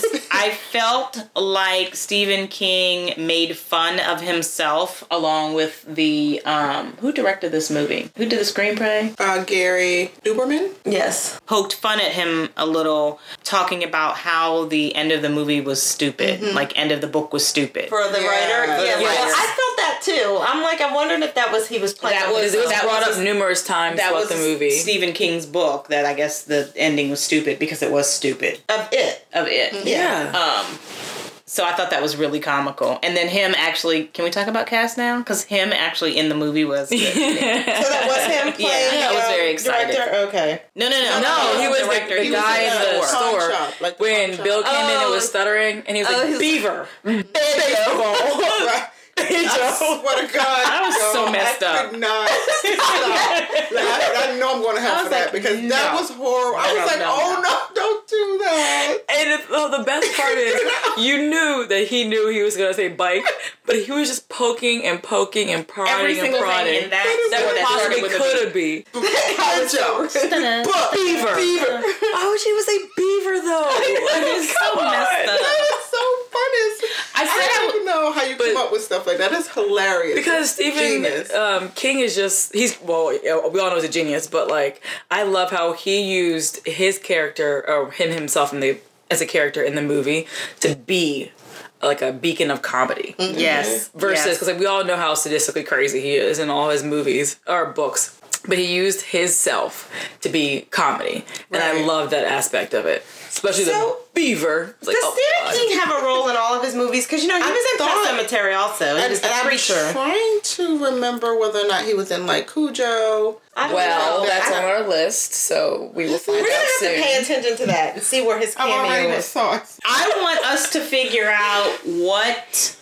Speaker 4: because
Speaker 1: <laughs>
Speaker 4: I felt like Stephen King made fun of himself along with the um who directed this movie? Who did the screenplay?
Speaker 5: Uh, Gary Duberman.
Speaker 1: Yes.
Speaker 4: Poked fun at him a little talking about how the end of the movie was stupid. Like end of the book was stupid.
Speaker 1: Mm-hmm. For the
Speaker 5: Yeah,
Speaker 1: writer,
Speaker 5: for the
Speaker 1: yeah. well,
Speaker 5: writer.
Speaker 1: I felt that too. I'm like, I'm wondering if that was he was playing.
Speaker 4: That
Speaker 1: with uh,
Speaker 4: was-
Speaker 2: it was
Speaker 1: himself.
Speaker 2: brought
Speaker 4: was
Speaker 2: up numerous times
Speaker 4: that
Speaker 2: throughout
Speaker 4: was
Speaker 2: the movie.
Speaker 4: Stephen King's book that I guess the ending was stupid because it was stupid
Speaker 1: of it.
Speaker 4: of it.
Speaker 1: Mm-hmm.
Speaker 2: yeah.
Speaker 4: Um, so I thought that was really comical. And then him actually, can we talk about cast now? Because him actually in the movie
Speaker 2: <laughs>
Speaker 4: was. no,
Speaker 1: So that was him
Speaker 4: Yeah,
Speaker 1: playing.
Speaker 4: I was
Speaker 1: um,
Speaker 4: very excited.
Speaker 1: Director. Okay.
Speaker 4: no, no.
Speaker 2: No, he was the-
Speaker 4: director.
Speaker 2: the
Speaker 4: He was
Speaker 2: guy in
Speaker 4: director.
Speaker 2: the
Speaker 5: Pawn
Speaker 2: store.
Speaker 5: shop, like the
Speaker 2: when
Speaker 5: pawn <laughs>
Speaker 2: Bill
Speaker 5: shop.
Speaker 2: came in and was
Speaker 1: Oh.
Speaker 2: stuttering and he was like,
Speaker 1: he's-
Speaker 2: Beaver. <laughs>
Speaker 5: <laughs> Right. I swear to God,
Speaker 4: I was so messed
Speaker 5: I
Speaker 4: up.
Speaker 5: Could not stop. Like, I, I know I'm going to have for that because that was horrible. I was
Speaker 4: No,
Speaker 5: like,
Speaker 4: no,
Speaker 5: oh no, don't do that.
Speaker 2: And it, oh, the best part
Speaker 4: <laughs>
Speaker 2: is, you knew that he knew he was gonna say bike, but he was just poking and poking and prodding
Speaker 4: Every
Speaker 2: and
Speaker 4: single
Speaker 2: prodding.
Speaker 4: thing in that,
Speaker 5: That
Speaker 2: that
Speaker 4: story that
Speaker 2: possibly
Speaker 4: started with a
Speaker 2: could have been.
Speaker 5: Head jokes. But
Speaker 2: Beaver.
Speaker 5: Beaver.
Speaker 2: Why would she even say beaver
Speaker 4: <laughs>
Speaker 2: though?
Speaker 4: It was so messed up.
Speaker 5: That is so funny. It's-
Speaker 4: I
Speaker 5: I
Speaker 4: said I
Speaker 5: don't
Speaker 4: w-
Speaker 5: even know how you come
Speaker 2: But-
Speaker 5: up with stuff like that. That's hilarious.
Speaker 2: because Stephen
Speaker 5: Genius.
Speaker 2: um, King is just he's well yeah, we all know he's a genius, but like I love how he used his character or him himself in the as a character in the movie to be like a beacon of comedy
Speaker 4: Yes.
Speaker 2: versus
Speaker 4: yes.
Speaker 2: because like we all know how sadistically crazy he is in all his movies or books but he used his self to be comedy and i
Speaker 5: Right.
Speaker 2: love that aspect of the especially
Speaker 1: So,
Speaker 2: the beaver It's like,
Speaker 1: Does
Speaker 2: oh, God.
Speaker 1: Stephen King have a role in all of his movies? Because you know he was in
Speaker 5: thought-
Speaker 1: Pet Cemetery also. He
Speaker 5: and,
Speaker 1: was
Speaker 5: and
Speaker 1: the
Speaker 5: I'm
Speaker 1: preacher.
Speaker 5: trying to remember whether or not he was in like Cujo.
Speaker 1: I don't
Speaker 2: well
Speaker 1: know.
Speaker 2: that's
Speaker 1: I
Speaker 2: on
Speaker 1: don't-
Speaker 2: our list so we will find
Speaker 1: We're gonna
Speaker 2: out
Speaker 1: have
Speaker 2: soon
Speaker 1: to pay attention to that and see where his
Speaker 5: I'm already
Speaker 1: cameo
Speaker 5: with
Speaker 1: is.
Speaker 5: sauce.
Speaker 4: I want us to figure out what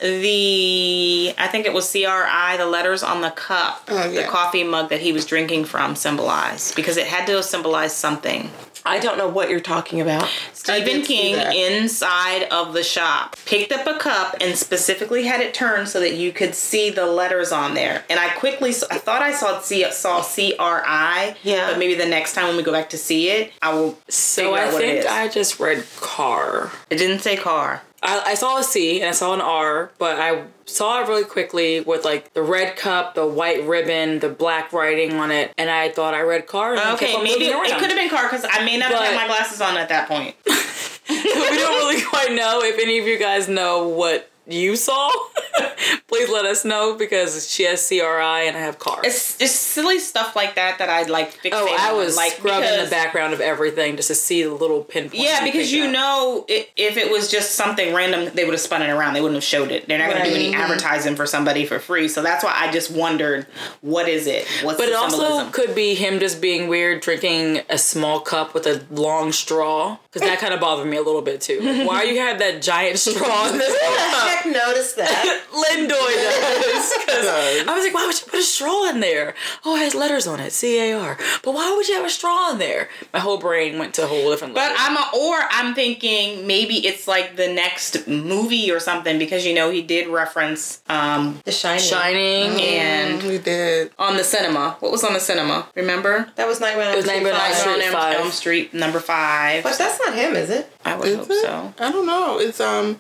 Speaker 4: the I think it was CRI the letters on the cup
Speaker 5: Oh, yeah.
Speaker 4: the coffee mug that he was drinking from symbolized because it had to symbolize something.
Speaker 1: I don't know what you're talking about.
Speaker 4: Stephen
Speaker 5: did see
Speaker 4: King
Speaker 5: that.
Speaker 4: inside of the shop picked up a cup and specifically had it turned so that you could see the letters on there. And I quickly s- I thought I saw C saw C R I.
Speaker 1: Yeah.
Speaker 4: But maybe the next time when we go back to see it, I will.
Speaker 2: so
Speaker 4: figure
Speaker 2: i
Speaker 4: out what it
Speaker 2: think
Speaker 4: is.
Speaker 2: i just read car
Speaker 4: It didn't say car.
Speaker 2: I, I saw a C and I saw an R, but I saw it really quickly with like the red cup, the white ribbon, the black writing on it, and I thought I read car. And kept
Speaker 4: Okay,
Speaker 2: on
Speaker 4: maybe
Speaker 2: moving
Speaker 4: it
Speaker 2: around.
Speaker 4: could have been car because I may not have had
Speaker 2: But-
Speaker 4: my glasses on at that point.
Speaker 2: we don't really quite know if any of you guys know what you saw. <laughs> Please let us know because she has CRI and I have car.
Speaker 4: It's just silly stuff like that that I like. Fixate
Speaker 2: oh, I
Speaker 4: on,
Speaker 2: was
Speaker 4: like
Speaker 2: scrubbing
Speaker 4: because-
Speaker 2: the background of everything just to see the little pinpoint.
Speaker 4: Yeah, because you know, i if it was just something random, they would have spun it around. They wouldn't have showed it. They're not going to do any advertising for somebody for free. So that's why I just wondered, what is it? What's
Speaker 2: But
Speaker 4: the
Speaker 2: it also
Speaker 4: symbolism?
Speaker 2: could be him just being weird, drinking a small cup with a long straw, because that kind of bothered me a little bit too. Like, why you had that giant <laughs> straw in
Speaker 4: <laughs>
Speaker 2: this
Speaker 1: I heck noticed that.
Speaker 2: Lindoy does? <laughs> 'Cause I was like, why would you put a straw in there? Oh, it has letters on it, C A R. But why would you have a straw in there? My whole brain went to a whole different.
Speaker 4: but
Speaker 2: level.
Speaker 4: I'm a, or I'm thinking maybe it's like the next movie or something because you know he did reference um
Speaker 1: the Shining.
Speaker 2: shining Mm.
Speaker 4: and
Speaker 5: We did.
Speaker 4: on the cinema. What was on the cinema? Remember?
Speaker 1: That was Nightmare on
Speaker 2: was
Speaker 1: Elm
Speaker 2: Nightmare on
Speaker 1: Street
Speaker 2: Elm
Speaker 1: Five.
Speaker 2: Street.
Speaker 4: on Elm,
Speaker 2: five.
Speaker 4: Elm Street number five.
Speaker 1: But that's not him, is it?
Speaker 4: I would
Speaker 5: Is
Speaker 4: hope
Speaker 5: it?
Speaker 4: so.
Speaker 5: I don't know. It's um,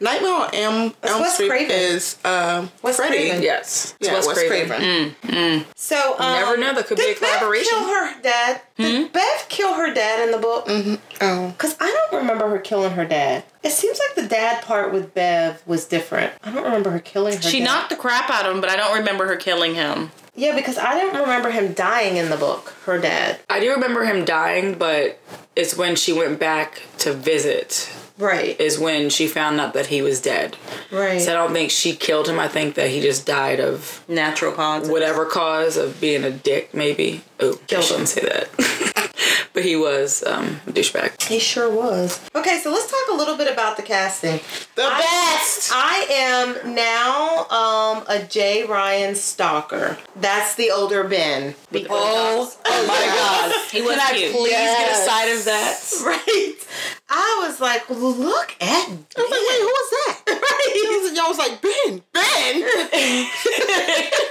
Speaker 5: Nightmare on Elm, Elm
Speaker 1: Wes
Speaker 5: Street
Speaker 1: Craven.
Speaker 5: is um
Speaker 1: Wes
Speaker 5: Freddy.
Speaker 1: Craven.
Speaker 2: yes, it's
Speaker 5: Yeah,
Speaker 2: Wes Craven.
Speaker 1: So um,
Speaker 2: Never know. That could be a
Speaker 1: did
Speaker 2: collaboration.
Speaker 1: Beth kill her dad? Did Beth kill her dad in the book?
Speaker 5: Oh,
Speaker 1: Because I don't remember her killing her dad. It seems like the dad part with Bev was different. I don't remember her killing her
Speaker 4: She
Speaker 1: dad.
Speaker 4: knocked the crap out of him, but I don't remember her killing him.
Speaker 1: Yeah, because I don't remember him dying in the book, her dad.
Speaker 2: I do remember him dying, but it's when she went back to visit
Speaker 1: Right.
Speaker 2: is when she found out that he was dead.
Speaker 1: Right.
Speaker 2: So I don't think she killed him. I think that he just died of
Speaker 1: Natural causes.
Speaker 2: whatever cause of being a dick, maybe. Oh, I shouldn't say that. <laughs> but he was um, a douchebag.
Speaker 1: He sure was. Okay, so let's talk a little bit about the casting.
Speaker 5: The best.
Speaker 1: I am now um, a Jay Ryan stalker. That's the older Ben. Because-
Speaker 4: He was cute.
Speaker 2: Please
Speaker 1: Yes.
Speaker 2: get a side of
Speaker 1: <laughs>
Speaker 2: that.
Speaker 1: right. I was like, look at. I was like, wait, who was that?
Speaker 5: <laughs>
Speaker 1: Right.
Speaker 5: I was like, Ben, Ben.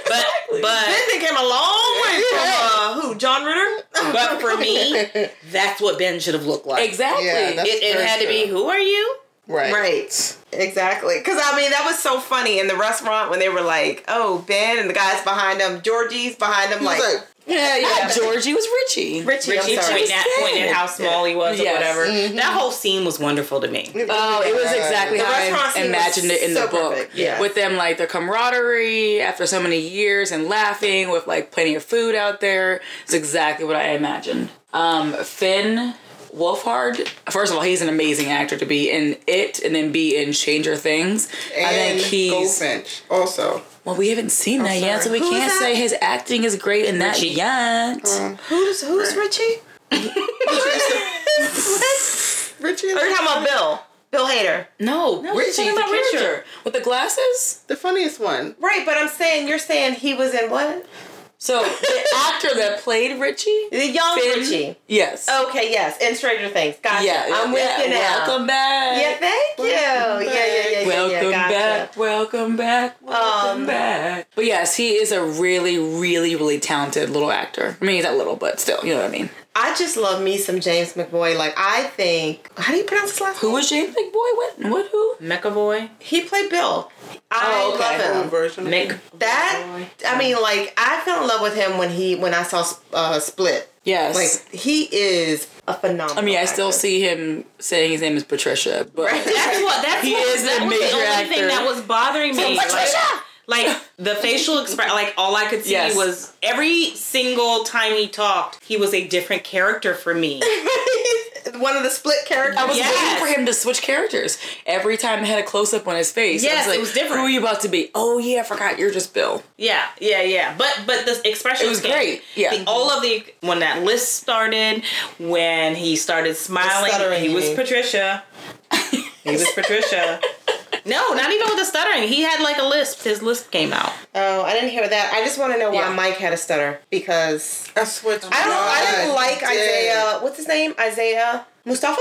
Speaker 4: But but
Speaker 1: Ben they came a long way from uh, who? John Ritter.
Speaker 4: but for me, <laughs> that's what Ben should have looked like.
Speaker 2: Exactly.
Speaker 5: Yeah, that's
Speaker 4: It, it
Speaker 5: very
Speaker 4: had to be.
Speaker 5: true.
Speaker 4: Who are you?
Speaker 5: Right.
Speaker 1: Right. Exactly. Because, I mean, that was so funny in the restaurant when they were like, oh, Ben, and the guys behind him, Georgie's behind him,
Speaker 5: He was
Speaker 1: like,
Speaker 5: like,
Speaker 1: <laughs>
Speaker 2: yeah, yeah. Georgie was Richie.
Speaker 1: Richie,
Speaker 4: Richie
Speaker 1: I'm sorry.
Speaker 4: pointing at, pointing at how small he was
Speaker 2: Yes.
Speaker 4: or whatever. That whole scene was wonderful to me.
Speaker 2: Oh, it was exactly
Speaker 1: The
Speaker 2: how
Speaker 1: restaurant
Speaker 2: I
Speaker 1: scene
Speaker 2: imagined
Speaker 1: was
Speaker 2: it in the
Speaker 1: so
Speaker 2: book.
Speaker 1: perfect, yeah.
Speaker 2: With them, like, their camaraderie after so many years and laughing with, like, plenty of food out there. It's exactly what I imagined. Um, Finn Wolfhard, first of all, he's an amazing actor to be in it and then be in Stranger Things. I
Speaker 5: And
Speaker 2: think he's.
Speaker 5: Goldfinch also.
Speaker 2: Well, we haven't seen that yet,
Speaker 5: sorry.
Speaker 2: so we
Speaker 1: Who's that?
Speaker 2: can't
Speaker 1: Uh-huh.
Speaker 2: say his acting is great in that
Speaker 4: Richie.
Speaker 2: yet.
Speaker 1: Who's, who's Richie?
Speaker 5: Richie
Speaker 1: Or you talking about Bill. Bill Hader.
Speaker 2: no, Richie,
Speaker 4: talking
Speaker 2: the
Speaker 4: about Richard.
Speaker 2: character. With the glasses?
Speaker 5: the funniest one.
Speaker 1: Right, but I'm saying, you're saying he was in what?
Speaker 4: <laughs>
Speaker 2: So the actor that played Richie,
Speaker 1: The young
Speaker 2: Finn?
Speaker 1: Richie.
Speaker 2: yes,
Speaker 4: Oh,
Speaker 1: Okay, yes. In Stranger Things. Gotcha.
Speaker 2: yeah,
Speaker 1: I'm with
Speaker 2: yeah,
Speaker 1: you now.
Speaker 2: Welcome back.
Speaker 1: Yeah, thank you. Yeah, yeah, yeah, yeah.
Speaker 2: Welcome
Speaker 1: yeah,
Speaker 2: back, welcome back, welcome
Speaker 1: Um,
Speaker 2: back. But yes, he is a really, really, really talented little actor. I mean, he's not little, but still, you know what I mean.
Speaker 1: I just love me some James McBoy. Like, I think, how do you pronounce his last
Speaker 2: Who was James McBoy? What? What? Who?
Speaker 4: McAvoy,
Speaker 1: He played Bill. I
Speaker 2: Oh, okay.
Speaker 1: love him.
Speaker 5: Version of
Speaker 4: Mick.
Speaker 2: Oh,
Speaker 1: That I mean, like I fell in love with him when he when I saw uh, Split.
Speaker 2: Yes.
Speaker 1: Like he is a phenomenal.
Speaker 2: I mean, I still
Speaker 1: actor.
Speaker 2: see him saying his name is Patricia, but <laughs>
Speaker 4: That's what. That's
Speaker 2: He
Speaker 4: what,
Speaker 2: is
Speaker 4: that
Speaker 2: a
Speaker 4: was the
Speaker 2: major
Speaker 4: only
Speaker 2: actor.
Speaker 4: thing that was bothering me. Like, like, the facial expression, like all I could see
Speaker 2: Yes.
Speaker 4: was every single time he talked, he was a different character for me.
Speaker 1: one of the Split characters.
Speaker 2: I was
Speaker 4: Yes.
Speaker 2: waiting for him to switch characters. Every time it had a close up on his face, I
Speaker 4: Yes,
Speaker 2: like,
Speaker 4: it was different.
Speaker 2: Who are you about to be? Oh yeah, I forgot. You're just Bill.
Speaker 4: yeah, yeah, yeah. But but the expression
Speaker 2: It was great. Yeah.
Speaker 4: The- all of the when that list started, when he started smiling,
Speaker 1: stuttering,
Speaker 4: he
Speaker 1: you
Speaker 4: was
Speaker 1: mean.
Speaker 4: Patricia. he was
Speaker 2: <laughs>
Speaker 4: Patricia. No, not even with the stuttering. He had like a lisp. His lisp came out.
Speaker 1: Oh, I didn't hear that. I just want to know why
Speaker 2: Yeah.
Speaker 1: Mike had a stutter because
Speaker 5: I switched.
Speaker 1: I don't. I didn't like Isaiah. What's his name? Isaiah Mustafa.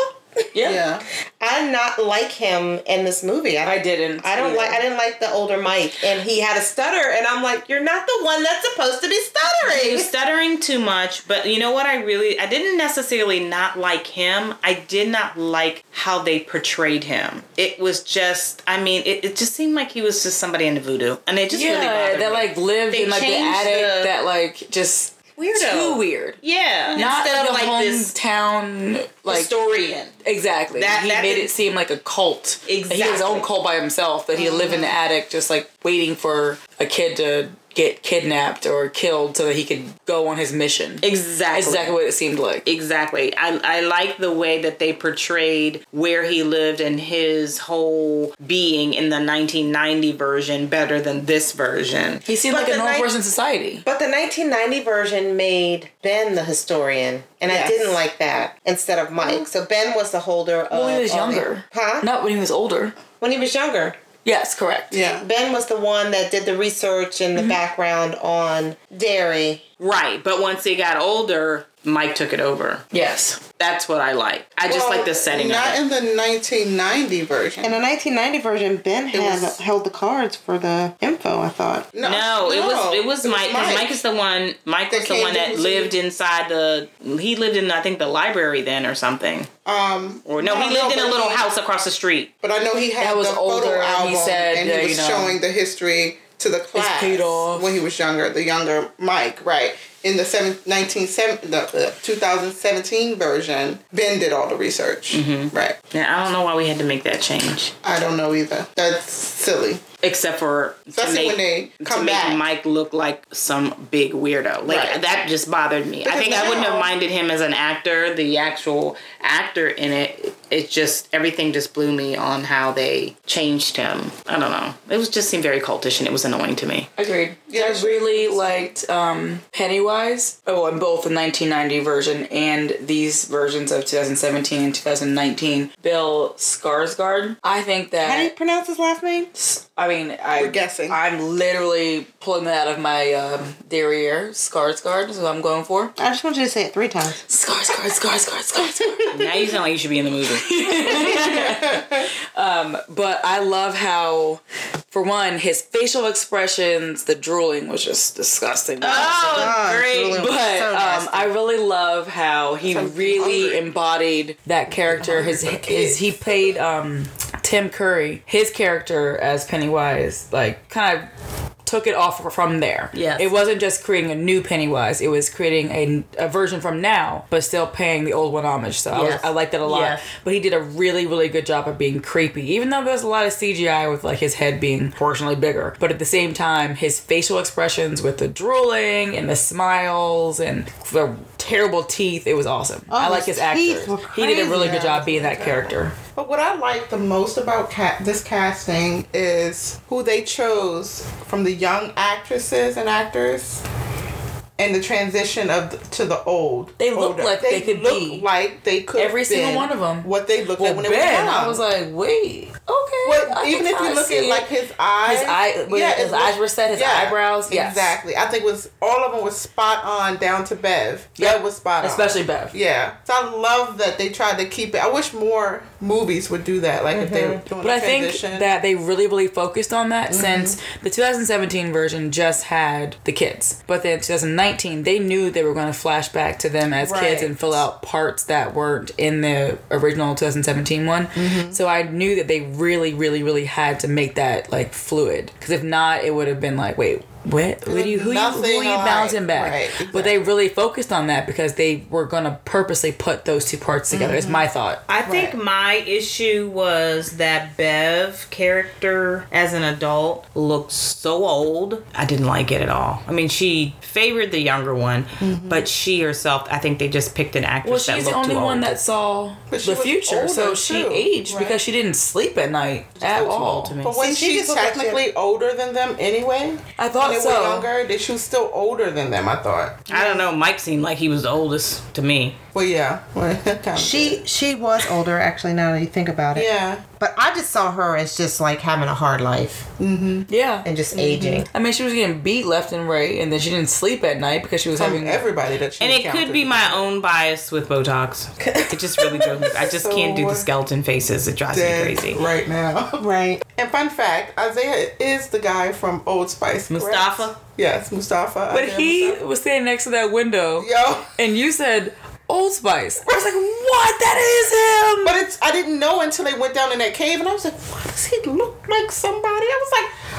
Speaker 5: Yeah.
Speaker 1: I did not like him in this movie. I,
Speaker 2: I didn't.
Speaker 1: I don't
Speaker 2: either.
Speaker 1: like. I didn't like the older Mike, and he had a stutter, and I'm like, you're not the one that's supposed to be
Speaker 4: He
Speaker 1: stuttering.
Speaker 4: was stuttering too much, but you know what? I really, I didn't necessarily not like him. I did not like how they portrayed him. It was just, I mean, it, it just seemed like he was just somebody in the voodoo, and it just
Speaker 2: yeah,
Speaker 4: really bothered
Speaker 2: that
Speaker 4: me.
Speaker 2: like lived
Speaker 4: They
Speaker 2: in like the
Speaker 4: changed
Speaker 2: attic
Speaker 4: the-
Speaker 2: that like just
Speaker 1: Weirdo.
Speaker 2: too weird.
Speaker 4: yeah,
Speaker 2: Not
Speaker 4: instead
Speaker 2: the
Speaker 4: of like this
Speaker 2: hometown like
Speaker 4: historian.
Speaker 2: exactly.
Speaker 4: That-
Speaker 2: he
Speaker 4: that
Speaker 2: made
Speaker 4: didn't-
Speaker 2: it seem like a cult. That He had his
Speaker 4: Exactly. Mm-hmm.
Speaker 2: own cult by himself. That he lived in the attic, just like waiting for a kid to get kidnapped or killed so that he could go on his mission.
Speaker 4: Exactly.
Speaker 2: That's exactly what it seemed like.
Speaker 4: Exactly. I, I like the way that they portrayed where he lived and his whole being in the 1990 version better than this version.
Speaker 2: He seemed
Speaker 1: But
Speaker 2: like a
Speaker 1: the
Speaker 2: normal
Speaker 1: night-
Speaker 2: person in society.
Speaker 1: But the 1990 version made Ben the historian, and I
Speaker 5: Yes.
Speaker 1: didn't like that instead of Mike. So Ben was the holder of.
Speaker 2: When he
Speaker 4: Oh,
Speaker 2: was
Speaker 1: all the-
Speaker 2: younger.
Speaker 1: huh?
Speaker 2: Not when he was older.
Speaker 1: When he was younger.
Speaker 2: Yes, correct.
Speaker 5: Yeah.
Speaker 1: Ben was the one that did the research and the background on dairy.
Speaker 4: Right. But once he got older, Mike took it over.
Speaker 2: Yes.
Speaker 4: That's what I like. I just like the setting of
Speaker 5: Not
Speaker 4: it.
Speaker 5: in the 1990 version.
Speaker 1: In the 1990 version, Ben had
Speaker 5: was-
Speaker 1: held the cards for the info. I thought.
Speaker 4: No, it was it was Mike. 'cause Mike.
Speaker 5: Mike.
Speaker 4: is the one. Mike
Speaker 5: That
Speaker 4: was the
Speaker 5: came
Speaker 4: one that
Speaker 5: into-
Speaker 4: lived inside the. He lived in I think the library then or something.
Speaker 5: Um,
Speaker 4: Or no, he lived in a
Speaker 5: but
Speaker 4: little
Speaker 5: he-
Speaker 4: house across the street.
Speaker 5: But I know he had
Speaker 2: That was
Speaker 5: the
Speaker 2: older,
Speaker 5: photo
Speaker 2: and he
Speaker 5: album,
Speaker 2: said,
Speaker 5: and
Speaker 2: uh,
Speaker 5: he
Speaker 2: you
Speaker 5: was
Speaker 2: know,
Speaker 5: showing the history to the class
Speaker 2: paid off.
Speaker 5: when he was younger. The younger Mike, right? in the seven, 19, seven, the, the 2017 version, Ben did all the research.
Speaker 2: Mm-hmm.
Speaker 5: Right.
Speaker 4: Yeah, I don't know why we had to make that change.
Speaker 5: I don't know either. That's silly.
Speaker 4: Except for
Speaker 5: Especially when they
Speaker 4: to
Speaker 5: come
Speaker 4: make
Speaker 5: back.
Speaker 4: Mike look like some big weirdo. Like
Speaker 5: Right.
Speaker 4: that just bothered me. I
Speaker 5: Because
Speaker 4: think I wouldn't
Speaker 5: now-
Speaker 4: have minded him as an actor, the actual actor in it. It just everything just blew me on how they changed him. I don't know. It was just seemed very cultish and it was annoying to me.
Speaker 2: Agreed. Yeah, I really liked um, Pennywise. Oh, in both the 1990 version and these versions of 2017 and 2019. Bill Skarsgård. I think that.
Speaker 5: How do you pronounce his last name?
Speaker 2: I mean, I,
Speaker 5: We're guessing.
Speaker 2: I'm literally pulling that out of my um, derriere. Skarsgård is what I'm going for.
Speaker 1: I just want you to say it three times.
Speaker 2: Skarsgård, Skarsgård, Skarsgård. <laughs>
Speaker 4: now you sound like you should be in the
Speaker 5: <laughs>
Speaker 4: movie.
Speaker 2: but I love how, for one, his facial expressions, the drooling was just disgusting.
Speaker 5: Ah,
Speaker 4: great.
Speaker 5: Julian was
Speaker 2: Oh, but
Speaker 5: so
Speaker 2: um,
Speaker 5: nasty.
Speaker 2: I really love how he really
Speaker 5: hungry.
Speaker 2: embodied that character. His his he played um, Tim Curry. His character as Pennywise, like kind of took it off from there.
Speaker 4: Yes.
Speaker 2: it wasn't just creating a new Pennywise. It was creating a, a version from now, but still paying the old one homage. So I, was-
Speaker 4: Yes.
Speaker 2: I like that a lot.
Speaker 4: Yes.
Speaker 2: But he did a really really good job of being creepy, even though there's a lot of CGI with like his head being proportionally bigger. But at the same time, his facial expressions with the drooling and the smiles and the terrible teeth, it was awesome. I like his
Speaker 1: his teeth
Speaker 2: actors.
Speaker 1: were
Speaker 2: He did a really
Speaker 5: crazy.
Speaker 2: good job being that character.
Speaker 5: But what I like the most about ca- this casting is who they chose from the young actresses and actors, and the transition of the, to the old.
Speaker 2: They look
Speaker 5: older.
Speaker 2: like they could
Speaker 5: look
Speaker 2: be.
Speaker 5: like they could.
Speaker 2: Every
Speaker 5: have
Speaker 2: single
Speaker 5: been
Speaker 2: one of 'em.
Speaker 5: What they looked
Speaker 2: Well,
Speaker 5: like when they were
Speaker 2: Ben,
Speaker 5: young.
Speaker 2: I was like, wait, okay.
Speaker 5: Well,
Speaker 2: I
Speaker 5: even
Speaker 2: can
Speaker 5: if you
Speaker 2: kinda
Speaker 5: look
Speaker 2: see
Speaker 5: at
Speaker 2: it.
Speaker 5: like his eyes,
Speaker 2: eye- when
Speaker 5: yeah,
Speaker 2: his
Speaker 5: it
Speaker 2: eyes
Speaker 5: look-
Speaker 2: were set, his eyebrows, yes.
Speaker 5: exactly. I think was all of them was spot on down to Bev. Bev was spot on,
Speaker 2: especially Bev.
Speaker 5: Yeah, so I love that they tried to keep it. I wish more movies would do that, like if they were doing
Speaker 2: But
Speaker 5: a
Speaker 2: I think
Speaker 5: transition. Mm-hmm.
Speaker 2: that they really, really focused on that since the 2017 version just had the kids. But then 2019, they knew they were going to flash back to them as kids
Speaker 5: Right.
Speaker 2: and fill out parts that weren't in the original 2017 one.
Speaker 5: Mm-hmm.
Speaker 2: So I knew that they really, really, really had to make that like fluid. Because if not, it would have been like, wait. What? Who, do you, who, you, who
Speaker 5: Nothing
Speaker 2: are you
Speaker 5: alike.
Speaker 2: bouncing back?
Speaker 5: Right,
Speaker 2: But they really focused on that because they were going to purposely put those two parts together. Is
Speaker 5: Mm-hmm.
Speaker 2: my thought.
Speaker 6: I think my issue was that Bev character as an adult looked so old. I didn't like it at all. I mean, she favored the younger one, but she herself, I think they just picked an
Speaker 2: Well,
Speaker 6: actress
Speaker 2: she's
Speaker 6: that
Speaker 2: the
Speaker 6: looked
Speaker 2: only
Speaker 6: too old.
Speaker 2: one that saw
Speaker 5: But she
Speaker 2: the
Speaker 5: was
Speaker 2: future, so
Speaker 5: older,
Speaker 2: she
Speaker 5: too,
Speaker 2: aged
Speaker 5: right?
Speaker 2: because she didn't sleep at night at all.
Speaker 6: to me.
Speaker 5: But when
Speaker 1: See, she
Speaker 5: she's
Speaker 1: just looked like
Speaker 5: technically older than them anyway,
Speaker 2: I thought
Speaker 5: when they
Speaker 2: so.
Speaker 5: were younger, that she was still older than them. I thought.
Speaker 6: I don't know. Mike seemed like he was the oldest to me.
Speaker 5: Well, yeah, <laughs> well, kind of
Speaker 1: She she was older actually. Now that you think about
Speaker 5: did.
Speaker 1: it,
Speaker 5: Yeah,
Speaker 1: But I just saw her as just like having a hard life
Speaker 2: Yeah.
Speaker 1: and just aging.
Speaker 2: I mean, she was getting beat left and right, and then she didn't sleep at night because she was
Speaker 5: I
Speaker 2: having.
Speaker 5: mean everybody that she
Speaker 6: And it could be
Speaker 5: encountered.
Speaker 6: my own bias with Botox. It just really drove me. I just can't do the
Speaker 5: <laughs> So-
Speaker 6: skeleton faces. It drives
Speaker 5: Dead
Speaker 6: me crazy.
Speaker 5: right now. <laughs>
Speaker 1: Right.
Speaker 5: And fun fact, Isaiah is the guy from Old Spice. correct?
Speaker 6: Mustafa?
Speaker 5: Yes, Mustafa.
Speaker 2: but
Speaker 5: Isaiah
Speaker 2: he
Speaker 5: Mustafa.
Speaker 2: was standing next to that window,
Speaker 5: Yo.
Speaker 2: and you said Old Spice. I was like, what? That is him. <laughs>
Speaker 5: But it's I didn't know until they went down in that cave, and I was like, "Why does he look like somebody?" I was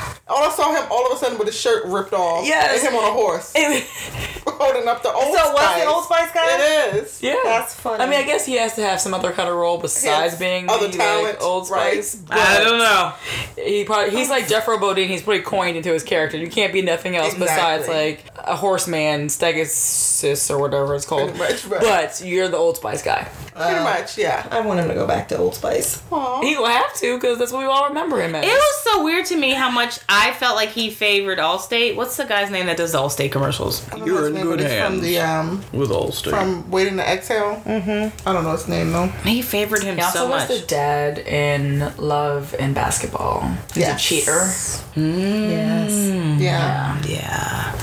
Speaker 5: like, "All I saw him all of a sudden with his shirt ripped off,
Speaker 2: Yes.
Speaker 5: and him on a horse <laughs> holding up the old."
Speaker 1: So was
Speaker 5: Spice.
Speaker 1: it Old Spice guy?
Speaker 5: It is.
Speaker 2: yeah,
Speaker 1: That's funny.
Speaker 2: I mean, I guess he has to have some other kind of role besides
Speaker 5: Yes.
Speaker 2: being
Speaker 5: Other
Speaker 2: the,
Speaker 5: talent,
Speaker 2: like, Old
Speaker 5: right.
Speaker 2: Spice. But
Speaker 6: I don't know.
Speaker 2: He probably he's
Speaker 5: Oh.
Speaker 2: like Jeff Bodine. He's pretty coined into his character. You can't be nothing else besides like
Speaker 5: Exactly.
Speaker 2: a horseman, stegosis or whatever it's called.
Speaker 5: Pretty much, <laughs> right.
Speaker 2: But you're the Old Spice guy.
Speaker 5: Pretty much, yeah.
Speaker 1: I want him to go back to Old Spice.
Speaker 5: Aw.
Speaker 2: He will have to because that's what we all remember him as.
Speaker 6: It was so weird to me how much I felt like he favored Allstate. What's the guy's name that does the Allstate commercials?
Speaker 5: You're in good hands. From the um,
Speaker 3: with Ulster.
Speaker 5: from Waiting to Exhale. Mm-hmm. I don't know his name though.
Speaker 6: He favored him
Speaker 2: He also
Speaker 6: so
Speaker 2: was
Speaker 6: much.
Speaker 2: the dad in Love and Basketball. He's
Speaker 5: Yes.
Speaker 2: a cheater. Yes.
Speaker 1: Mm-hmm. <laughs>
Speaker 5: Yeah.
Speaker 6: yeah.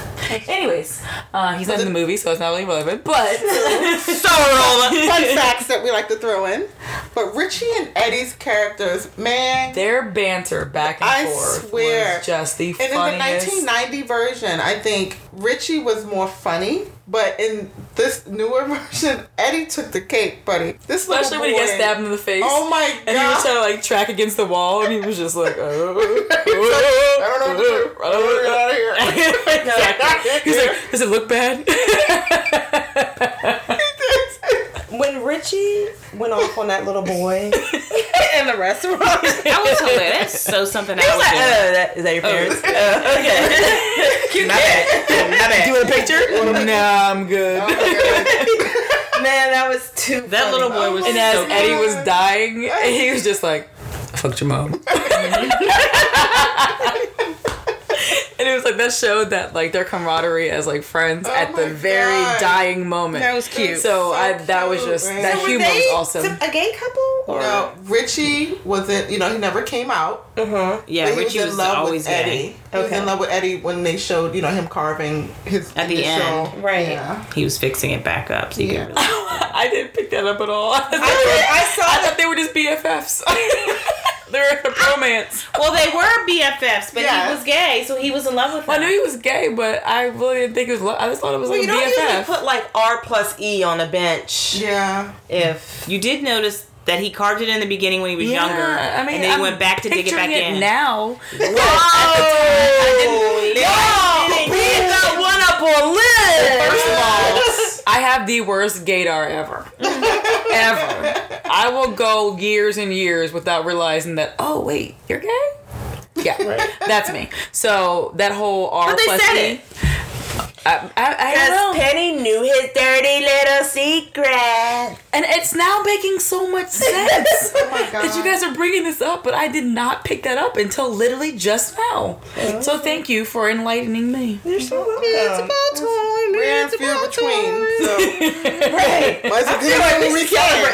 Speaker 2: Anyways, uh, he's not in the
Speaker 5: <laughs>
Speaker 2: movie, so it's not really relevant. But
Speaker 5: Fun facts that we like to throw in. But Richie and Eddie's characters, man.
Speaker 2: Their banter back and
Speaker 5: I
Speaker 2: forth
Speaker 5: swear.
Speaker 2: was just the
Speaker 5: And in the
Speaker 2: funniest.
Speaker 5: 1990 version, I think Richie was more funny, but in this newer <laughs> version, Eddie took the cake, buddy. This little
Speaker 2: Especially when he got
Speaker 5: boy-
Speaker 2: stabbed in the face.
Speaker 5: Oh my
Speaker 2: And he was
Speaker 5: God.
Speaker 2: trying to like track against the wall, and he was just <laughs> like, oh,
Speaker 5: I don't know what to do. I don't know get out of here.
Speaker 2: <laughs> exactly. He's like, does it look <laughs> bad?
Speaker 1: When Richie went off on that little
Speaker 5: <laughs>
Speaker 1: boy in the restaurant,
Speaker 2: <laughs>
Speaker 4: That was hilarious. That's so something I
Speaker 2: "Oh,
Speaker 1: I was like,
Speaker 4: would
Speaker 1: "Uh, that, is that your
Speaker 2: <laughs>
Speaker 1: parents? Uh, okay. Not bad. Not bad.
Speaker 2: you want a picture? Oh. nah, I'm good.
Speaker 1: Man, that was too.
Speaker 4: do. That little boy was
Speaker 2: And
Speaker 4: so
Speaker 2: as Eddie was dying, he was just like, I fucked your
Speaker 6: <laughs>
Speaker 2: mom. and it was like that showed that like their camaraderie as like friends at the
Speaker 5: my
Speaker 2: very
Speaker 5: God.
Speaker 2: dying moment.
Speaker 6: Oh That was cute.
Speaker 2: So, I that was
Speaker 5: cute,
Speaker 2: just
Speaker 5: man.
Speaker 2: that
Speaker 5: So were
Speaker 2: humor was awesome.
Speaker 1: A gay couple? Or?
Speaker 5: No, Richie wasn't. You know, he never came out.
Speaker 6: yeah,
Speaker 5: but he
Speaker 6: Richie
Speaker 5: was, in love
Speaker 6: always
Speaker 5: with Eddie.
Speaker 6: gay.
Speaker 5: He was in love with Eddie when they showed, you know, him carving his
Speaker 6: At the
Speaker 5: initial-
Speaker 6: end.
Speaker 1: Right.
Speaker 5: Yeah.
Speaker 6: He was fixing it back up. So you
Speaker 5: Yeah.
Speaker 6: could really-
Speaker 2: <laughs> I didn't pick that up at all. <laughs> I,
Speaker 1: I saw
Speaker 2: thought they were just BFFs. <laughs> they were in a bromance.
Speaker 4: Well, they were BFFs, but
Speaker 5: Yeah.
Speaker 4: he was gay, so he was in love with her.
Speaker 2: I knew he was gay, but I really didn't think it was. Lo- I just thought it was
Speaker 1: Well, you
Speaker 2: like a
Speaker 1: don't usually
Speaker 2: BFF.
Speaker 1: put like R plus E on a bench
Speaker 5: Yeah.
Speaker 1: if
Speaker 6: You did notice that he carved it in the beginning when he was younger.
Speaker 2: I mean,
Speaker 6: and then he
Speaker 2: I'm
Speaker 6: went back to dig it back
Speaker 2: picturing
Speaker 6: in.
Speaker 2: now.
Speaker 1: got one up on lid.
Speaker 2: First of all, I have the worst gaydar ever. ever. I will go years and years without realizing that, oh, wait, you're gay? Yeah, that's me. So that whole R
Speaker 1: they
Speaker 2: plus
Speaker 1: said
Speaker 2: E-
Speaker 1: it.
Speaker 2: I, I, I don't know.
Speaker 1: Penny knew his dirty little secret.
Speaker 2: and it's now making so
Speaker 1: <laughs>
Speaker 2: much sense
Speaker 5: Oh my god.
Speaker 2: that you guys are bringing this up, but I did not pick that up until literally just now. So thank you for enlightening me.
Speaker 5: It's about time. We're in few between. So.
Speaker 1: <laughs> Right.
Speaker 5: Let's do it when we can.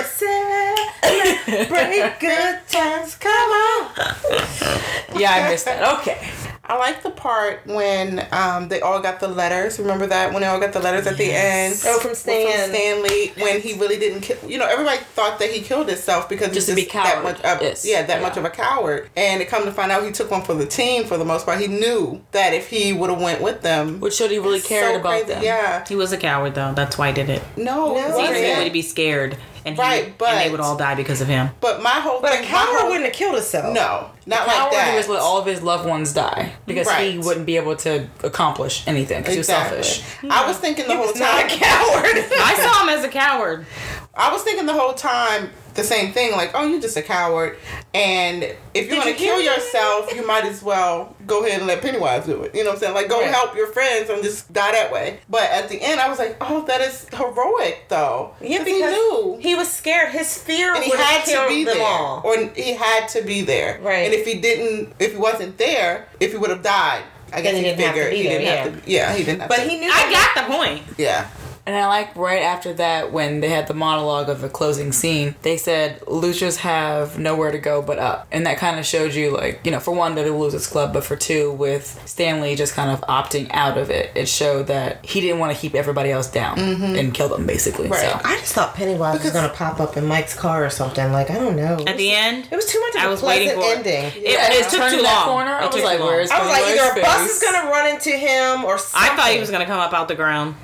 Speaker 1: Celebrate good times. Come on.
Speaker 2: Yeah, I missed that. Okay.
Speaker 5: I like the part when um, they all got the letters. Remember that when they all got the letters at the end.
Speaker 1: Oh, from Stan.
Speaker 5: Stanley when he really didn't kill. You know, everybody thought that he killed himself because
Speaker 2: Just to
Speaker 5: he's
Speaker 2: be
Speaker 5: that
Speaker 2: coward.
Speaker 5: much. Of,
Speaker 2: Yes.
Speaker 5: Yeah,
Speaker 2: Yeah.
Speaker 5: that much of a coward. And it come to find out, he took one for the team for the most part. He knew that if he would have went with them,
Speaker 2: Which showed he really
Speaker 5: So
Speaker 2: cared about
Speaker 5: crazy.
Speaker 2: them.
Speaker 5: Yeah.
Speaker 6: He was a coward though. That's why he did it.
Speaker 5: No. it
Speaker 1: He
Speaker 6: He
Speaker 5: wasn't.
Speaker 1: Yeah.
Speaker 6: would be scared, and he,
Speaker 5: Right, but-
Speaker 6: and they would all die because of him.
Speaker 5: But my whole
Speaker 1: But a
Speaker 5: thing. my
Speaker 1: coward
Speaker 5: whole-
Speaker 1: wouldn't have killed himself.
Speaker 5: No, not
Speaker 2: How
Speaker 5: like
Speaker 2: would he
Speaker 5: that.
Speaker 2: just let all of his loved ones die because
Speaker 5: Right.
Speaker 2: he wouldn't be able to accomplish anything because he
Speaker 5: Exactly.
Speaker 2: was selfish.
Speaker 5: I was thinking the whole time.
Speaker 6: I saw him as a coward.
Speaker 5: <laughs> I was thinking the whole time the same thing, like, oh, you're just a coward. And if you're going to kill yourself, you might as well go ahead and let Pennywise do it. You know what I'm saying? Like, go help your friends and just die that way. But at the end, I was like, oh, that is heroic, though.
Speaker 1: Yeah, because
Speaker 5: he knew.
Speaker 1: he was scared. His fear
Speaker 5: and
Speaker 1: would
Speaker 5: he had
Speaker 1: have
Speaker 5: to
Speaker 1: killed
Speaker 5: be
Speaker 1: them
Speaker 5: there,
Speaker 1: all.
Speaker 5: or he had to be there.
Speaker 1: Right.
Speaker 5: And if he didn't, if he wasn't there, if he would have died, I guess
Speaker 1: he
Speaker 5: he,
Speaker 1: didn't have to
Speaker 5: figured
Speaker 1: be
Speaker 5: he
Speaker 1: there,
Speaker 5: didn't have to. Be, yeah, he didn't have
Speaker 1: But
Speaker 5: to.
Speaker 1: he knew.
Speaker 4: I got the point.
Speaker 5: yeah,
Speaker 2: <laughs> And I like right after that when they had the monologue of the closing scene, they said losers have nowhere to go but up, and that kind of showed you like you know for one that it was his club, but for two with Stanley just kind of opting out of it, it showed that he didn't want to keep everybody else down and kill them basically. So.
Speaker 1: I just thought Pennywise was gonna pop up in Mike's car or something. Like I don't know.
Speaker 4: At the end,
Speaker 1: it was too much of
Speaker 4: I
Speaker 1: a
Speaker 4: was waiting
Speaker 1: pleasant
Speaker 4: for it.
Speaker 1: ending.
Speaker 4: it, it took
Speaker 2: Turning
Speaker 4: too
Speaker 2: that
Speaker 4: long.
Speaker 2: corner,
Speaker 4: It
Speaker 2: I was
Speaker 4: took
Speaker 2: like,
Speaker 4: too long.
Speaker 2: "Where's
Speaker 1: I was like, either a
Speaker 2: Pennywise
Speaker 1: bus
Speaker 2: face?"
Speaker 1: is gonna run into him or
Speaker 4: I
Speaker 1: something.
Speaker 4: thought he was gonna come up out the ground.